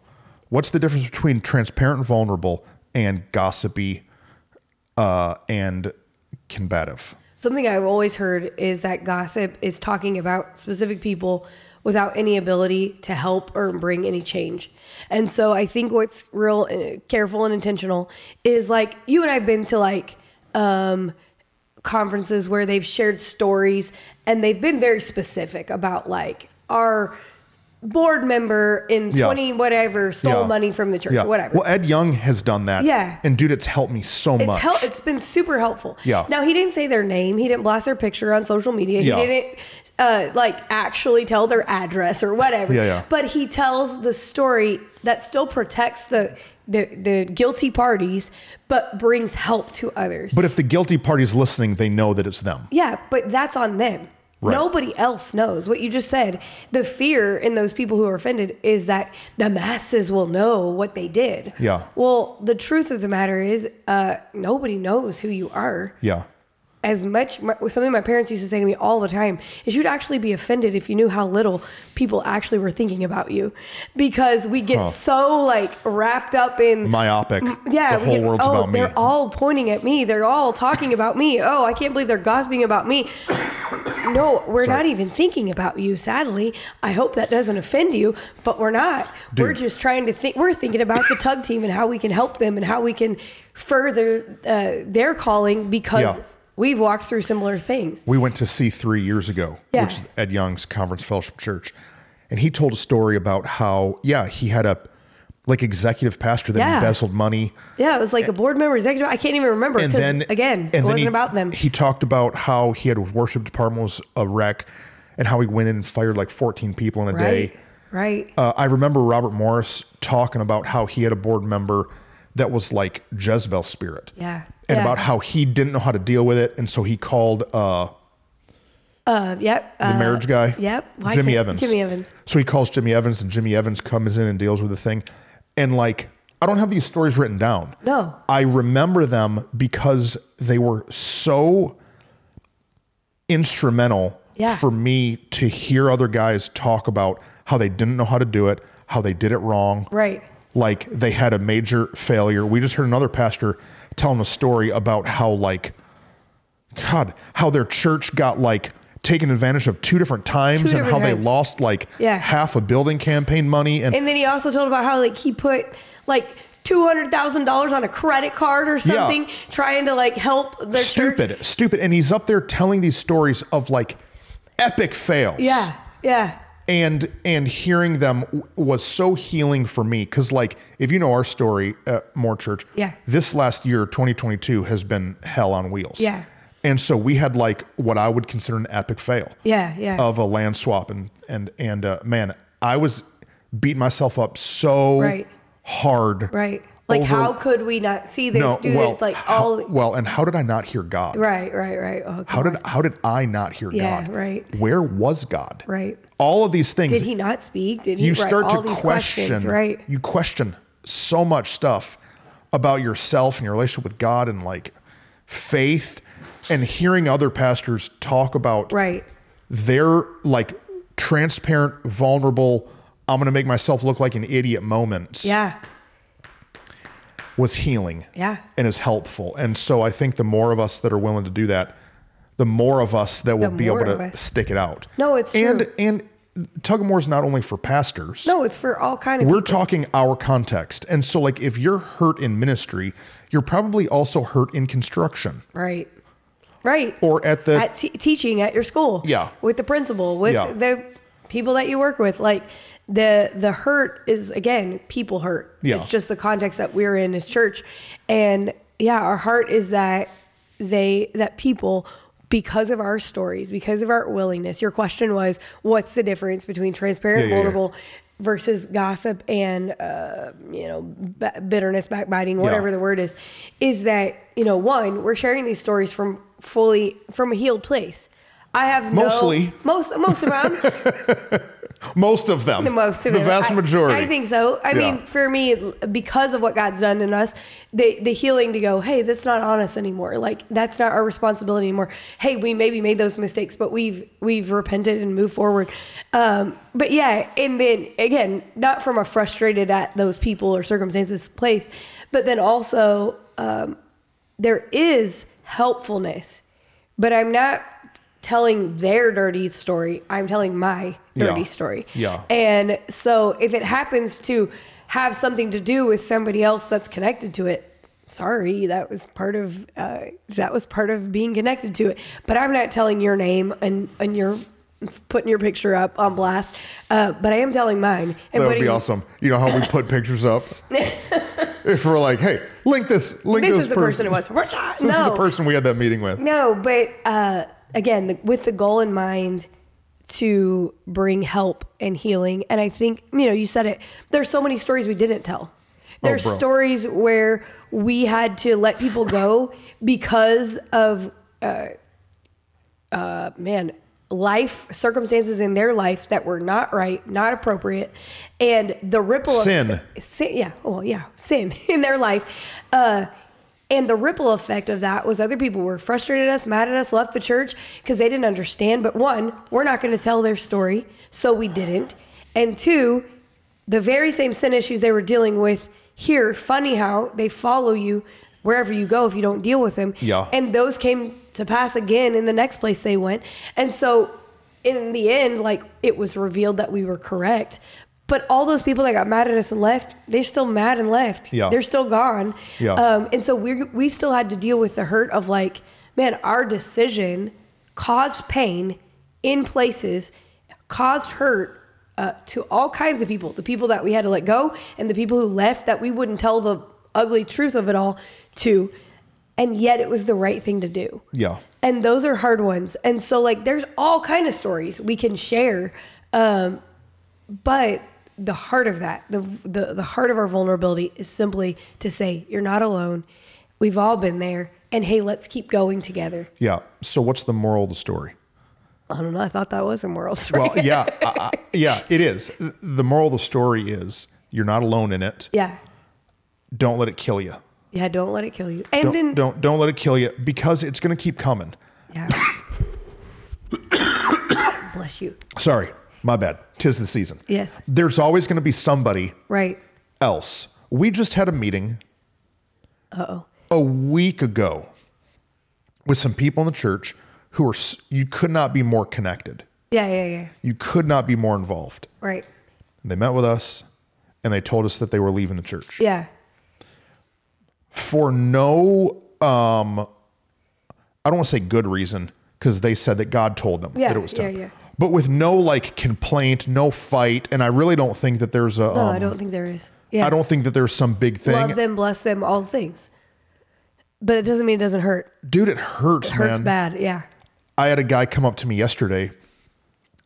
[SPEAKER 1] What's the difference between transparent and vulnerable and gossipy uh, and combative?
[SPEAKER 2] Something I've always heard is that gossip is talking about specific people without any ability to help or bring any change. And so I think what's real uh, careful and intentional is like you and I've been to like um conferences where they've shared stories and they've been very specific about like our board member in
[SPEAKER 1] Yeah.
[SPEAKER 2] 20 whatever stole
[SPEAKER 1] Yeah.
[SPEAKER 2] money from the church, whatever.
[SPEAKER 1] Well, Ed Young has done that.
[SPEAKER 2] Yeah.
[SPEAKER 1] And dude, it's helped me so
[SPEAKER 2] it's
[SPEAKER 1] much.
[SPEAKER 2] hel- it's been super helpful.
[SPEAKER 1] Yeah.
[SPEAKER 2] Now he didn't say their name. He didn't blast their picture on social media.
[SPEAKER 1] Yeah.
[SPEAKER 2] He didn't uh, like actually tell their address or whatever.
[SPEAKER 1] Yeah, yeah.
[SPEAKER 2] But he tells the story that still protects the the, the guilty parties, but brings help to others.
[SPEAKER 1] but if the guilty party's listening, they know that it's them.
[SPEAKER 2] Yeah, but that's on them.
[SPEAKER 1] Right.
[SPEAKER 2] Nobody else knows what you just said. The fear in those people who are offended is that the masses will know what they did.
[SPEAKER 1] Yeah.
[SPEAKER 2] Well, the truth of the matter is, uh, nobody knows who you are.
[SPEAKER 1] Yeah.
[SPEAKER 2] As much my, something my parents used to say to me all the time is you'd actually be offended if you knew how little people actually were thinking about you, because we get
[SPEAKER 1] Huh.
[SPEAKER 2] so like wrapped up in
[SPEAKER 1] Myopic.
[SPEAKER 2] Mm, yeah,
[SPEAKER 1] The
[SPEAKER 2] we
[SPEAKER 1] whole
[SPEAKER 2] get,
[SPEAKER 1] world's
[SPEAKER 2] oh,
[SPEAKER 1] about me.
[SPEAKER 2] They're all pointing at me. They're all talking about me. Oh, I can't believe they're gossiping about me. no, we're not even thinking about you. Sadly, I hope that doesn't offend you, but we're not. We're
[SPEAKER 1] Dude.
[SPEAKER 2] just trying to think. We're thinking about the tug team and how we can help them and how we can further uh, their calling because
[SPEAKER 1] Yeah.
[SPEAKER 2] we've walked through similar things.
[SPEAKER 1] we went to C3 years ago,
[SPEAKER 2] Yeah.
[SPEAKER 1] which is Ed Young's Conference Fellowship Church. And he told a story about how, yeah, he had a like executive pastor that
[SPEAKER 2] Yeah.
[SPEAKER 1] embezzled money.
[SPEAKER 2] Yeah, it was like a board member, executive. I can't even remember
[SPEAKER 1] and
[SPEAKER 2] because
[SPEAKER 1] then
[SPEAKER 2] again,
[SPEAKER 1] and
[SPEAKER 2] it
[SPEAKER 1] then
[SPEAKER 2] wasn't
[SPEAKER 1] he-
[SPEAKER 2] about them.
[SPEAKER 1] He talked about how he had a worship department was a wreck, and how he went in and fired like 14 people in a
[SPEAKER 2] Right.
[SPEAKER 1] day.
[SPEAKER 2] Right.
[SPEAKER 1] Uh, I remember Robert Morris talking about how he had a board member that was like Jezebel spirit,
[SPEAKER 2] Yeah.
[SPEAKER 1] and
[SPEAKER 2] Yeah.
[SPEAKER 1] about how he didn't know how to deal with it, and so he called uh,
[SPEAKER 2] Uh, yep.
[SPEAKER 1] the
[SPEAKER 2] uh,
[SPEAKER 1] marriage guy,
[SPEAKER 2] Yep. Why
[SPEAKER 1] Jimmy
[SPEAKER 2] can't-
[SPEAKER 1] Evans.
[SPEAKER 2] Jimmy Evans.
[SPEAKER 1] So he calls Jimmy Evans, and Jimmy Evans comes in and deals with the thing, and like. I don't have these stories written down.
[SPEAKER 2] No.
[SPEAKER 1] I remember them because they were so instrumental
[SPEAKER 2] Yeah.
[SPEAKER 1] for me to hear other guys talk about how they didn't know how to do it, how they did it wrong.
[SPEAKER 2] Right.
[SPEAKER 1] Like they had a major failure. We just heard another pastor telling a story about how, like, God, how their church got like taken advantage of two different times
[SPEAKER 2] Two
[SPEAKER 1] and
[SPEAKER 2] different
[SPEAKER 1] how they
[SPEAKER 2] times.
[SPEAKER 1] lost like
[SPEAKER 2] Yeah.
[SPEAKER 1] half a building campaign money. And,
[SPEAKER 2] And then he also told about how like he put like two hundred thousand dollars on a credit card or
[SPEAKER 1] Yeah.
[SPEAKER 2] something, trying to like help their church.
[SPEAKER 1] stupid, stupid. And he's up there telling these stories of like epic fails.
[SPEAKER 2] Yeah, yeah,
[SPEAKER 1] and and hearing them w- was so healing for me because like if you know our story at more church
[SPEAKER 2] Yeah.
[SPEAKER 1] this last year 2022 has been hell on wheels
[SPEAKER 2] Yeah.
[SPEAKER 1] and so we had like what i would consider an epic fail
[SPEAKER 2] yeah, yeah.
[SPEAKER 1] of a land swap and and and uh, man i was beating myself up so
[SPEAKER 2] Right.
[SPEAKER 1] hard
[SPEAKER 2] right. Like
[SPEAKER 1] over-
[SPEAKER 2] how could we not see this
[SPEAKER 1] no,
[SPEAKER 2] do
[SPEAKER 1] well,
[SPEAKER 2] this? Like
[SPEAKER 1] how-
[SPEAKER 2] all
[SPEAKER 1] well and how did i not hear god
[SPEAKER 2] right, right, right. Oh,
[SPEAKER 1] how did how did i not hear
[SPEAKER 2] Yeah,
[SPEAKER 1] god
[SPEAKER 2] right.
[SPEAKER 1] where was god
[SPEAKER 2] Right.
[SPEAKER 1] all of these things
[SPEAKER 2] did he not speak? Did he
[SPEAKER 1] you
[SPEAKER 2] right,
[SPEAKER 1] start
[SPEAKER 2] all
[SPEAKER 1] to
[SPEAKER 2] these
[SPEAKER 1] question
[SPEAKER 2] questions? Right.
[SPEAKER 1] you question so much stuff about yourself and your relationship with god and like faith and hearing other pastors talk about
[SPEAKER 2] Right.
[SPEAKER 1] their like transparent vulnerable i'm gonna make myself look like an idiot moments
[SPEAKER 2] Yeah.
[SPEAKER 1] was healing
[SPEAKER 2] Yeah.
[SPEAKER 1] and is helpful and so i think the more of us that are willing to do that the more of us that will
[SPEAKER 2] The
[SPEAKER 1] be able
[SPEAKER 2] more
[SPEAKER 1] to
[SPEAKER 2] of us.
[SPEAKER 1] stick it out
[SPEAKER 2] No, it's
[SPEAKER 1] and
[SPEAKER 2] true.
[SPEAKER 1] and tug of war is not only for pastors
[SPEAKER 2] No, it's for all kind of
[SPEAKER 1] we're
[SPEAKER 2] people.
[SPEAKER 1] talking our context and so like if you're hurt in ministry you're probably also hurt in construction
[SPEAKER 2] Right. Right.
[SPEAKER 1] or at the
[SPEAKER 2] at t- teaching at your school.
[SPEAKER 1] Yeah.
[SPEAKER 2] With the principal, with
[SPEAKER 1] Yeah.
[SPEAKER 2] the people that you work with, like the the hurt is again people hurt.
[SPEAKER 1] Yeah.
[SPEAKER 2] It's just the context that we're in as church, and yeah, our heart is that they that people. Because of our stories, because of our willingness, your question was, "What's the difference between transparent,
[SPEAKER 1] Yeah, yeah, yeah.
[SPEAKER 2] vulnerable, versus gossip and you know b- bitterness backbiting whatever the word is is that you know one we're sharing these stories from fully from a healed place i have no-
[SPEAKER 1] Mostly.
[SPEAKER 2] most most of them
[SPEAKER 1] most of them
[SPEAKER 2] most of
[SPEAKER 1] Um, the
[SPEAKER 2] them.
[SPEAKER 1] vast
[SPEAKER 2] I-
[SPEAKER 1] majority
[SPEAKER 2] I think so. I
[SPEAKER 1] Yeah.
[SPEAKER 2] mean, for me, because of what God's done in us, the the healing to go, hey, that's not on us anymore. Like that's not our responsibility anymore. Hey, we maybe made those mistakes, but we've we've repented and moved forward. Um, but yeah, and then again, not from a frustrated at those people or circumstances place, but then also um, there is helpfulness, but I'm not telling their dirty story. I'm telling my dirty
[SPEAKER 1] Yeah.
[SPEAKER 2] story.
[SPEAKER 1] Yeah.
[SPEAKER 2] And so if it happens to have something to do with somebody else that's connected to it, sorry, that was part of uh, that was part of being connected to it. But I'm not telling your name and and your putting your picture up on blast, uh, but I am telling mine. And
[SPEAKER 1] That would
[SPEAKER 2] putting,
[SPEAKER 1] be awesome. You know how we put pictures up? if we're like, hey, link this, link
[SPEAKER 2] This
[SPEAKER 1] this
[SPEAKER 2] is the person it was. No,
[SPEAKER 1] This is the person we had that meeting with.
[SPEAKER 2] No, but uh, again, the, with the goal in mind to bring help and healing. And I think, you know, you said it, there's so many stories we didn't tell. There's
[SPEAKER 1] Oh, bro.
[SPEAKER 2] stories where we had to let people go because of, uh, uh, man, life circumstances in their life that were not right, not appropriate, and the ripple
[SPEAKER 1] Sin.
[SPEAKER 2] of sin, yeah, well, yeah, sin in their life. Uh, and the ripple effect of that was other people were frustrated at us, mad at us, left the church because they didn't understand. But one, we're not going to tell their story, so we didn't. And two, the very same sin issues they were dealing with here, funny how they follow you wherever you go if you don't deal with them.
[SPEAKER 1] Yeah.
[SPEAKER 2] And those came to pass again in the next place they went. And so in the end, like it was revealed that we were correct. But all those people that got mad at us and left, they're still mad and left.
[SPEAKER 1] Yeah.
[SPEAKER 2] They're still gone.
[SPEAKER 1] Yeah.
[SPEAKER 2] Um, and so we we still had to deal with the hurt of like, man, our decision caused pain in places, caused hurt uh, to all kinds of people. The people that we had to let go, and the people who left that we wouldn't tell the ugly truth of it all to, and yet it was the right thing to do
[SPEAKER 1] Yeah.
[SPEAKER 2] and those are hard ones and so like there's all kind of stories we can share um, but the heart of that the, the the heart of our vulnerability is simply to say you're not alone we've all been there and hey let's keep going together
[SPEAKER 1] Yeah. So what's the moral of the story?
[SPEAKER 2] i don't know i thought that was a moral story
[SPEAKER 1] Well, yeah. I, I, yeah, it is. The moral of the story is you're not alone in it.
[SPEAKER 2] yeah
[SPEAKER 1] Don't let it kill you.
[SPEAKER 2] yeah don't let it kill you and
[SPEAKER 1] Don't,
[SPEAKER 2] then
[SPEAKER 1] don't don't let it kill you because it's going to keep coming.
[SPEAKER 2] yeah bless you
[SPEAKER 1] Sorry. My bad. Tis the season.
[SPEAKER 2] Yes.
[SPEAKER 1] There's always going to be somebody
[SPEAKER 2] right
[SPEAKER 1] else. We just had a meeting
[SPEAKER 2] uh-oh
[SPEAKER 1] a week ago with some people in the church who are s- you could not be more connected.
[SPEAKER 2] yeah yeah yeah
[SPEAKER 1] You could not be more involved.
[SPEAKER 2] right
[SPEAKER 1] And they met with us and they told us that they were leaving the church
[SPEAKER 2] yeah
[SPEAKER 1] for no um I don't want to say good reason because they said that God told them
[SPEAKER 2] Yeah,
[SPEAKER 1] that it was
[SPEAKER 2] yeah,
[SPEAKER 1] time.
[SPEAKER 2] yeah.
[SPEAKER 1] But with no like complaint, no fight, and I really don't think that there's a.
[SPEAKER 2] no
[SPEAKER 1] um,
[SPEAKER 2] i don't think there is yeah
[SPEAKER 1] I don't think that there's some big thing.
[SPEAKER 2] Love them, bless them, all things. But it doesn't mean it doesn't hurt.
[SPEAKER 1] Dude, it hurts,
[SPEAKER 2] It hurts
[SPEAKER 1] man.
[SPEAKER 2] bad. Yeah.
[SPEAKER 1] I had a guy come up to me yesterday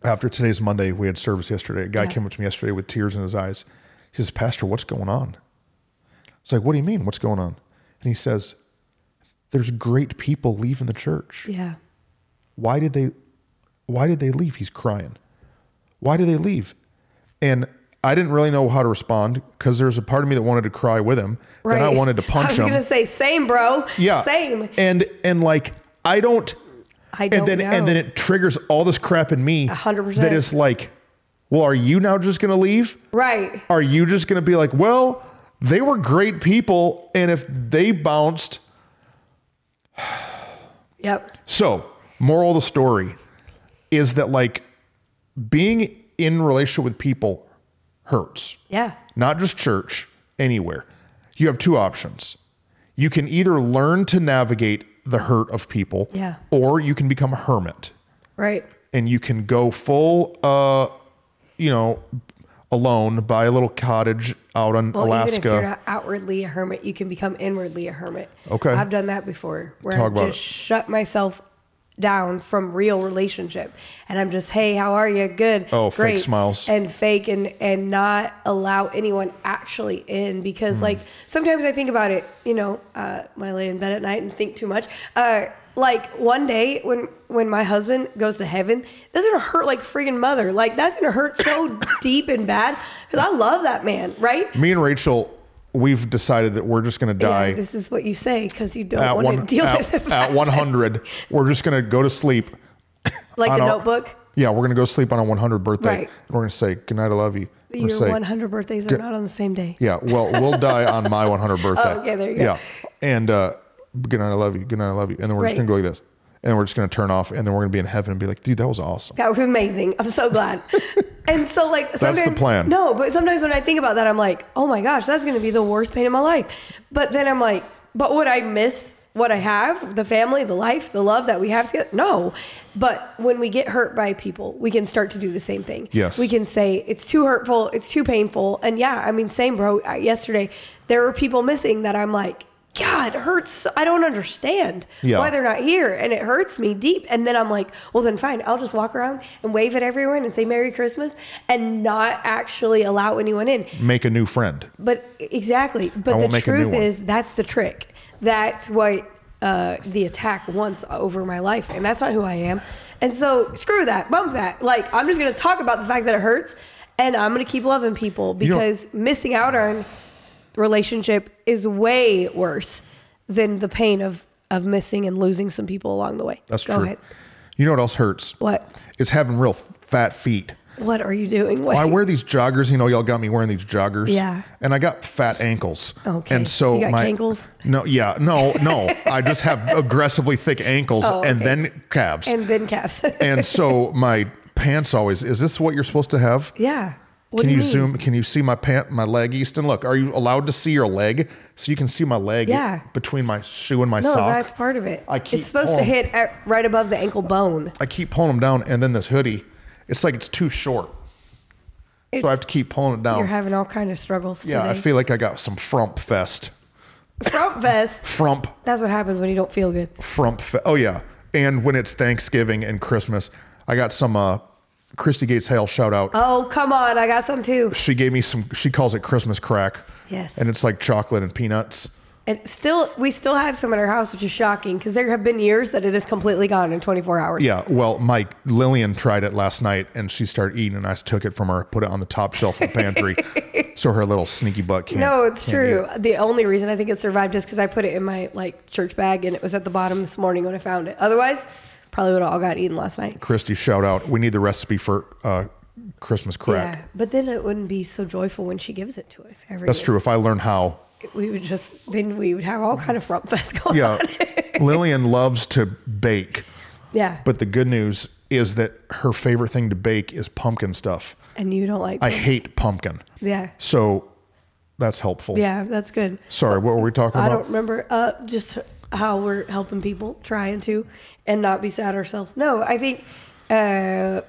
[SPEAKER 1] after today's Monday. We had service yesterday. A guy
[SPEAKER 2] Yeah.
[SPEAKER 1] came up to me yesterday with tears in his eyes. He says, Pastor, what's going on? It's like, what do you mean? What's going on? And he says, There's great people leaving the church.
[SPEAKER 2] Yeah.
[SPEAKER 1] Why did they why did they leave? He's crying. Why did they leave? And I didn't really know how to respond because there's a part of me that wanted to cry with him. Then I wanted to punch
[SPEAKER 2] I was
[SPEAKER 1] him.
[SPEAKER 2] gonna say same, bro.
[SPEAKER 1] yeah.
[SPEAKER 2] Same.
[SPEAKER 1] And and like I don't
[SPEAKER 2] I don't
[SPEAKER 1] and then
[SPEAKER 2] know.
[SPEAKER 1] and then it triggers all this crap in me
[SPEAKER 2] 100%.
[SPEAKER 1] that is like well are you now just gonna leave
[SPEAKER 2] right.
[SPEAKER 1] are you just gonna be like well they were great people and if they bounced
[SPEAKER 2] Yep.
[SPEAKER 1] so moral of the story is that like being in relationship with people hurts
[SPEAKER 2] Yeah.
[SPEAKER 1] not just church, anywhere. You have two options. You can either learn to navigate the hurt of people,
[SPEAKER 2] Yeah.
[SPEAKER 1] or you can become a hermit
[SPEAKER 2] Right.
[SPEAKER 1] and you can go full, uh, you know, alone, buy a little cottage out on
[SPEAKER 2] Well, even if you're
[SPEAKER 1] Alaska.
[SPEAKER 2] not outwardly a hermit, you can become inwardly a hermit.
[SPEAKER 1] Okay.
[SPEAKER 2] I've done that before where
[SPEAKER 1] Talk
[SPEAKER 2] I've
[SPEAKER 1] about
[SPEAKER 2] just
[SPEAKER 1] it.
[SPEAKER 2] shut myself down from real relationship and I'm just, hey, how are you? Good.
[SPEAKER 1] Oh, fake smiles.
[SPEAKER 2] And fake and and not allow anyone actually in
[SPEAKER 1] Hmm.
[SPEAKER 2] because like sometimes I think about it, you know, uh, when I lay in bed at night and think too much. Uh, like one day when when my husband goes to heaven, that's gonna hurt like friggin' mother. Like that's gonna hurt so deep and bad because I love that man, right?
[SPEAKER 1] Me and Rachel, we've decided that we're just going to
[SPEAKER 2] Yeah,
[SPEAKER 1] die
[SPEAKER 2] this is what you say because you don't
[SPEAKER 1] at
[SPEAKER 2] want
[SPEAKER 1] one
[SPEAKER 2] to deal
[SPEAKER 1] at,
[SPEAKER 2] with it.
[SPEAKER 1] at 100. We're just going to go to sleep.
[SPEAKER 2] Like
[SPEAKER 1] on
[SPEAKER 2] the
[SPEAKER 1] our-
[SPEAKER 2] notebook.
[SPEAKER 1] Yeah, we're going to go sleep on our 100 birthday.
[SPEAKER 2] Right.
[SPEAKER 1] And we're going to say, Good night, I love you. We're gonna
[SPEAKER 2] Your
[SPEAKER 1] say,
[SPEAKER 2] 100 birthdays are not on the same day.
[SPEAKER 1] Yeah, well, we'll die on my 100 birthday.
[SPEAKER 2] Oh, okay, there you go.
[SPEAKER 1] Yeah, and uh, good night, I love you. Good night, I love you. And then we're just
[SPEAKER 2] Right.
[SPEAKER 1] gonna go like this, and we're just gonna turn off, and then we're gonna be in heaven and be like, dude, that was awesome.
[SPEAKER 2] That was amazing. I'm so glad. and so, like,
[SPEAKER 1] the
[SPEAKER 2] sometimes,
[SPEAKER 1] plan.
[SPEAKER 2] No, but sometimes when I think about that, I'm like, oh my gosh, that's going to be the worst pain in my life. But then I'm like, but would I miss what I have, the family, the life, the love that we have together. No. But when we get hurt by people, we can start to do the same thing.
[SPEAKER 1] Yes.
[SPEAKER 2] We can say it's too hurtful, it's too painful. And yeah, I mean, same, bro. I- Yesterday, there were people missing that I'm like, God, it hurts. so- I don't understand
[SPEAKER 1] Yeah.
[SPEAKER 2] why they're not here. And it hurts me deep. And then I'm like, well, then fine. I'll just walk around and wave at everyone and say Merry Christmas and not actually allow anyone in.
[SPEAKER 1] Make a new friend.
[SPEAKER 2] But exactly.
[SPEAKER 1] I
[SPEAKER 2] But
[SPEAKER 1] won't
[SPEAKER 2] the
[SPEAKER 1] make a new
[SPEAKER 2] truth
[SPEAKER 1] one.
[SPEAKER 2] is, that's the trick. That's what uh, the attack wants over my life, and that's not who I am. And so, screw that, bump that. Like, I'm just gonna talk about the fact that it hurts, and I'm gonna keep loving people
[SPEAKER 1] know-
[SPEAKER 2] because missing out on relationship is way worse than the pain of of missing and losing some people along the way.
[SPEAKER 1] That's
[SPEAKER 2] Go
[SPEAKER 1] true.
[SPEAKER 2] Ahead.
[SPEAKER 1] You know what else hurts?
[SPEAKER 2] What?
[SPEAKER 1] It's having real fat feet.
[SPEAKER 2] What are you doing? What?
[SPEAKER 1] Well, I wear these joggers. You know, y'all got me wearing these joggers.
[SPEAKER 2] Yeah.
[SPEAKER 1] And I got fat ankles.
[SPEAKER 2] Okay.
[SPEAKER 1] And so
[SPEAKER 2] You got
[SPEAKER 1] my
[SPEAKER 2] cankles?
[SPEAKER 1] No, yeah, no, no. I just have aggressively thick ankles
[SPEAKER 2] Oh,
[SPEAKER 1] and
[SPEAKER 2] okay.
[SPEAKER 1] then calves. And,
[SPEAKER 2] and then calves.
[SPEAKER 1] so my pants always. Is this what you're supposed to have?
[SPEAKER 2] yeah. What
[SPEAKER 1] can
[SPEAKER 2] do
[SPEAKER 1] you,
[SPEAKER 2] you mean?
[SPEAKER 1] zoom? Can you see my pant, my leg, Easton? Look, are you allowed to see your leg? So you can see my leg
[SPEAKER 2] Yeah.
[SPEAKER 1] between my shoe and my
[SPEAKER 2] No,
[SPEAKER 1] sock.
[SPEAKER 2] that's part of it.
[SPEAKER 1] I keep
[SPEAKER 2] it's supposed to
[SPEAKER 1] pulling.
[SPEAKER 2] hit at, right above the ankle bone.
[SPEAKER 1] I keep pulling them down, and then this hoodie, it's like it's too short.
[SPEAKER 2] It's,
[SPEAKER 1] So I have to keep pulling it
[SPEAKER 2] you're
[SPEAKER 1] down.
[SPEAKER 2] having all kind of struggles
[SPEAKER 1] Oh. Yeah, I
[SPEAKER 2] today.
[SPEAKER 1] feel like I got some frump fest.
[SPEAKER 2] Front vest.
[SPEAKER 1] Frump,
[SPEAKER 2] That's what happens when you don't feel good.
[SPEAKER 1] frump. Fe- oh yeah, and when it's Thanksgiving and Christmas, I got some. uh Christy Gates Hale shout out.
[SPEAKER 2] Oh, come on. I got some too.
[SPEAKER 1] she gave me some. She calls it Christmas crack.
[SPEAKER 2] Yes.
[SPEAKER 1] and it's like chocolate and peanuts.
[SPEAKER 2] And still, we still have some at our house, which is shocking because there have been years that it is completely gone in 24 hours.
[SPEAKER 1] Yeah, well, Mike Lillian tried it last night, and she started eating, and I took it from her, put it on the top shelf of the pantry, so her little sneaky butt can't.
[SPEAKER 2] No, it's
[SPEAKER 1] can't eat it.
[SPEAKER 2] true. The only reason I think it survived is because I put it in my like church bag and it was at the bottom this morning when I found it. Otherwise, probably would have all got eaten last night.
[SPEAKER 1] Christy, shout out. We need the recipe for uh, Christmas crack.
[SPEAKER 2] Yeah, but then it wouldn't be so joyful when she gives it to us every
[SPEAKER 1] That's
[SPEAKER 2] year.
[SPEAKER 1] true. If I learn how,
[SPEAKER 2] we would just then we would have all kind of front fest going
[SPEAKER 1] yeah,
[SPEAKER 2] on.
[SPEAKER 1] Lillian loves to bake,
[SPEAKER 2] yeah.
[SPEAKER 1] but the good news is that her favorite thing to bake is pumpkin stuff.
[SPEAKER 2] and you don't like
[SPEAKER 1] I hate pumpkin,
[SPEAKER 2] Yeah.
[SPEAKER 1] so that's helpful.
[SPEAKER 2] Yeah, that's good.
[SPEAKER 1] Sorry, what were we talking
[SPEAKER 2] I
[SPEAKER 1] about?
[SPEAKER 2] don't remember uh just how we're helping people trying to and not be sad ourselves. No, I think uh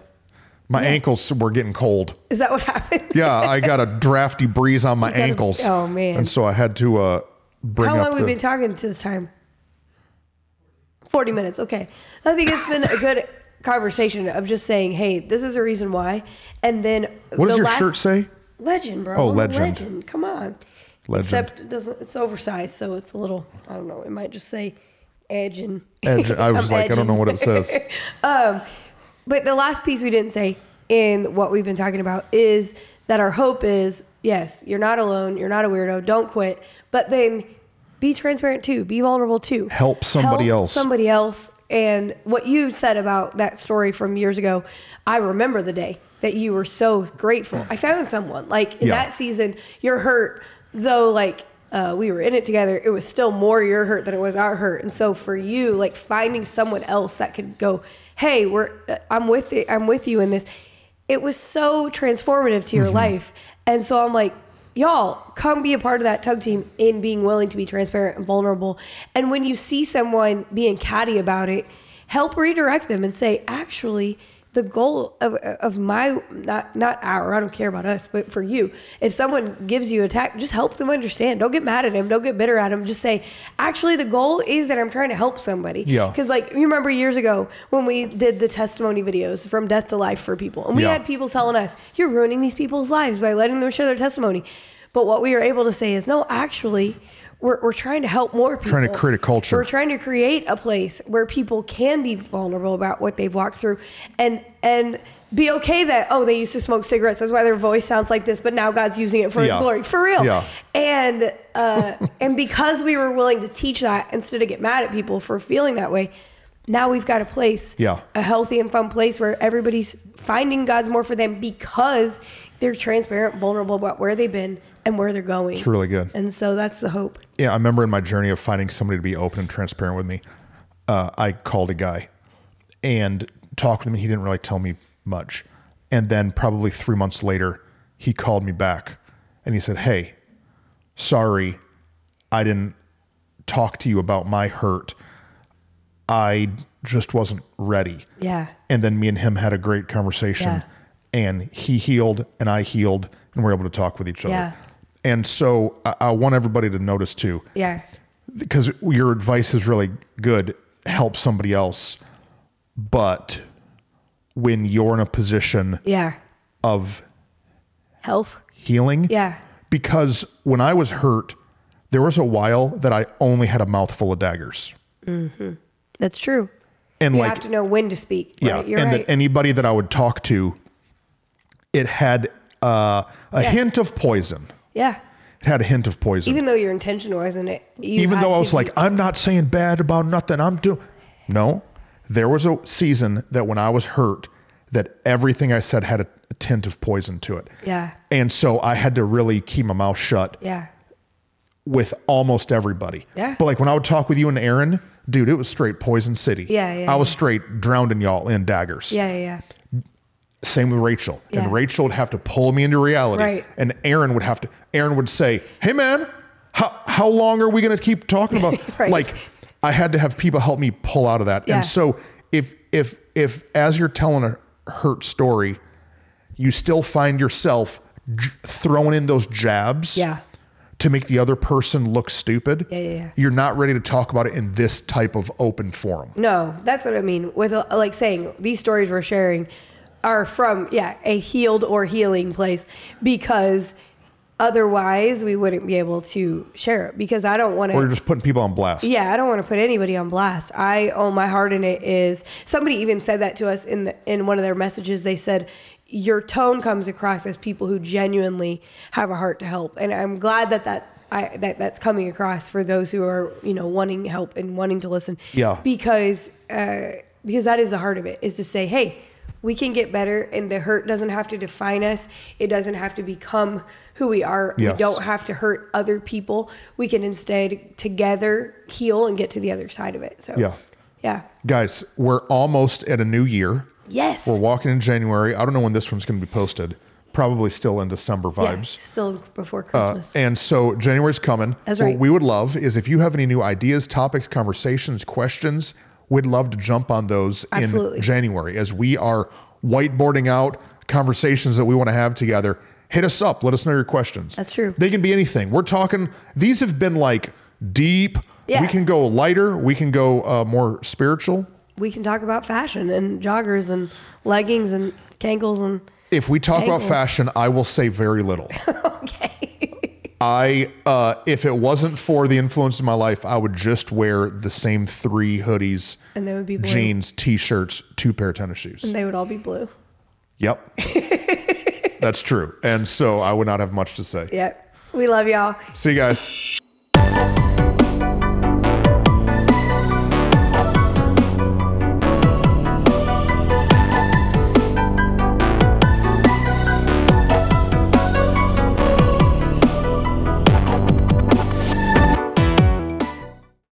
[SPEAKER 1] My ankles were getting cold.
[SPEAKER 2] is that what happened?
[SPEAKER 1] Yeah, I got a drafty breeze on my
[SPEAKER 2] got a-
[SPEAKER 1] ankles.
[SPEAKER 2] oh, man.
[SPEAKER 1] And so I had to uh, bring
[SPEAKER 2] How
[SPEAKER 1] up
[SPEAKER 2] long
[SPEAKER 1] the,
[SPEAKER 2] we been talking to this time? Forty minutes. Okay, I think it's been a good conversation of just saying, "Hey, this is a reason why," and then
[SPEAKER 1] What does
[SPEAKER 2] the
[SPEAKER 1] your
[SPEAKER 2] last-
[SPEAKER 1] shirt say?
[SPEAKER 2] Legend, bro.
[SPEAKER 1] Oh,
[SPEAKER 2] I'm a
[SPEAKER 1] legend.
[SPEAKER 2] legend. Come on.
[SPEAKER 1] Legend.
[SPEAKER 2] Except it doesn't. It's oversized, so it's a little. I don't know. It might just say edge and.
[SPEAKER 1] Edge. I
[SPEAKER 2] I'm
[SPEAKER 1] was like, I don't know
[SPEAKER 2] edging.
[SPEAKER 1] what it says.
[SPEAKER 2] But the last piece we didn't say in what we've been talking about is that our hope is yes, you're not alone. You're not a weirdo. Don't quit. But then be transparent too. Be vulnerable too.
[SPEAKER 1] Help somebody
[SPEAKER 2] Help
[SPEAKER 1] else.
[SPEAKER 2] Somebody else. And what you said about that story from years ago, I remember the day that you were so grateful. I found someone like in
[SPEAKER 1] Yeah.
[SPEAKER 2] that season. Your hurt, though, like uh, we were in it together. It was still more your hurt than it was our hurt. And so for you, like finding someone else that could go, hey, we're uh, I'm with it. I'm with you in this. It was so transformative to your life. And so I'm like, y'all come be a part of that tug team in being willing to be transparent and vulnerable and when you see someone being catty about it help redirect them and say actually the goal of, of my not not our i don't care about us but for you if someone gives you a tack just help them understand don't get mad at him don't get bitter at him just say actually the goal is that i'm trying to help somebody
[SPEAKER 1] Yeah.
[SPEAKER 2] because like you remember years ago when we did the testimony videos from death to life for people and we
[SPEAKER 1] Yeah.
[SPEAKER 2] had people telling us you're ruining these people's lives by letting them share their testimony but what we were able to say is no actually we're, we're trying to help more people
[SPEAKER 1] Trying to create a culture.
[SPEAKER 2] we're trying to create a place where people can be vulnerable about what they've walked through and and be okay that oh they used to smoke cigarettes that's why their voice sounds like this but now god's using it for
[SPEAKER 1] Yeah.
[SPEAKER 2] his glory for real
[SPEAKER 1] Yeah.
[SPEAKER 2] and uh, and because we were willing to teach that instead of get mad at people for feeling that way now we've got a place
[SPEAKER 1] Yeah.
[SPEAKER 2] a healthy and fun place where everybody's finding god's more for them because they're transparent vulnerable about where they've been and where they're going it's
[SPEAKER 1] really good.
[SPEAKER 2] and so that's the hope
[SPEAKER 1] Yeah, I remember in my journey of finding somebody to be open and transparent with me, uh, I called a guy and talked with him. He didn't really tell me much. And then probably three months later, he called me back and he said, Hey, sorry, I didn't talk to you about my hurt. I just wasn't ready.
[SPEAKER 2] Yeah.
[SPEAKER 1] And then me and him had a great conversation
[SPEAKER 2] Yeah.
[SPEAKER 1] and he healed and I healed and we're able to talk with each other.
[SPEAKER 2] Yeah.
[SPEAKER 1] And so I, I want everybody to notice too,
[SPEAKER 2] Yeah.
[SPEAKER 1] because your advice is really good, help somebody else. But when you're in a position
[SPEAKER 2] Yeah.
[SPEAKER 1] of
[SPEAKER 2] Health.
[SPEAKER 1] healing,
[SPEAKER 2] Yeah.
[SPEAKER 1] because when I was hurt, there was a while that I only had a mouthful of daggers.
[SPEAKER 2] That's true.
[SPEAKER 1] And
[SPEAKER 2] You
[SPEAKER 1] like
[SPEAKER 2] have to know when to speak.
[SPEAKER 1] Yeah,
[SPEAKER 2] Right? You're
[SPEAKER 1] and
[SPEAKER 2] right.
[SPEAKER 1] that anybody that I would talk to, it had uh, a
[SPEAKER 2] Yeah.
[SPEAKER 1] hint of poison.
[SPEAKER 2] yeah.
[SPEAKER 1] It had a hint of poison. Even,
[SPEAKER 2] Even though your intention wasn't it. You had
[SPEAKER 1] though I
[SPEAKER 2] to
[SPEAKER 1] was
[SPEAKER 2] be-
[SPEAKER 1] like, I'm not saying bad about nothing. I'm doing no. There was a season that when I was hurt, that everything I said had a, a tint of poison to it.
[SPEAKER 2] Yeah.
[SPEAKER 1] And so I had to really keep my mouth shut
[SPEAKER 2] Yeah.
[SPEAKER 1] with almost everybody.
[SPEAKER 2] Yeah.
[SPEAKER 1] But like when I would talk with you and Aaron, dude, it was straight poison city.
[SPEAKER 2] Yeah, yeah,
[SPEAKER 1] I was straight drowning y'all in daggers.
[SPEAKER 2] Yeah. Yeah. Yeah.
[SPEAKER 1] Same with Rachel.
[SPEAKER 2] Yeah.
[SPEAKER 1] And Rachel would have to pull me into reality.
[SPEAKER 2] Right.
[SPEAKER 1] And Aaron would have to, Aaron would say, Hey man, how, how long are we going to keep talking about?
[SPEAKER 2] Right.
[SPEAKER 1] Like I had to have people help me pull out of that.
[SPEAKER 2] Yeah.
[SPEAKER 1] And so if, if, if as you're telling a hurt story, you still find yourself j- throwing in those jabs
[SPEAKER 2] Yeah.
[SPEAKER 1] to make the other person look stupid.
[SPEAKER 2] Yeah, yeah, yeah.
[SPEAKER 1] You're not ready to talk about it in this type of open forum.
[SPEAKER 2] No, that's what I mean. With uh, like saying these stories we're sharing are from yeah a healed or healing place because otherwise we wouldn't be able to share it because I don't want
[SPEAKER 1] Or you're
[SPEAKER 2] to.
[SPEAKER 1] just putting people on blast.
[SPEAKER 2] Yeah, I don't want to put anybody on blast. I oh my heart in it is somebody even said that to us in the, in one of their messages. They said your tone comes across as people who genuinely have a heart to help, and I'm glad that that. I, that that's coming across for those who are you know wanting help and wanting to listen
[SPEAKER 1] Yeah.
[SPEAKER 2] because uh, because that is the heart of it is to say hey we can get better and the hurt doesn't have to define us it doesn't have to become who we are
[SPEAKER 1] Yes.
[SPEAKER 2] we don't have to hurt other people we can instead together heal and get to the other side of it so
[SPEAKER 1] Yeah.
[SPEAKER 2] yeah
[SPEAKER 1] Guys, we're almost at a new year.
[SPEAKER 2] yes
[SPEAKER 1] We're walking in January. I don't know when this one's going to be posted. Probably still in December
[SPEAKER 2] Yeah,
[SPEAKER 1] vibes.
[SPEAKER 2] still before
[SPEAKER 1] Uh,
[SPEAKER 2] christmas
[SPEAKER 1] and so January's coming.
[SPEAKER 2] That's
[SPEAKER 1] What
[SPEAKER 2] right.
[SPEAKER 1] we would love is if you have any new ideas, topics, conversations, questions, we'd love to jump on those
[SPEAKER 2] Absolutely.
[SPEAKER 1] in January as we are whiteboarding out conversations that we want to have together. Hit us up. Let us know your questions.
[SPEAKER 2] That's true.
[SPEAKER 1] They can be anything. We're talking, these have been like deep.
[SPEAKER 2] Yeah.
[SPEAKER 1] We can go lighter. We can go uh, more spiritual.
[SPEAKER 2] we can talk about fashion and joggers and leggings and cankles and
[SPEAKER 1] If we talk about
[SPEAKER 2] Bagels.
[SPEAKER 1] fashion, I will say very little.
[SPEAKER 2] okay
[SPEAKER 1] I, uh, if it wasn't for the influence of my life, I would just wear the same three hoodies,
[SPEAKER 2] and they would be blue
[SPEAKER 1] jeans, t-shirts, two pair of tennis shoes.
[SPEAKER 2] and they would all be blue
[SPEAKER 1] Yep, that's true. And so I would not have much to say.
[SPEAKER 2] yep we love y'all
[SPEAKER 1] See you guys.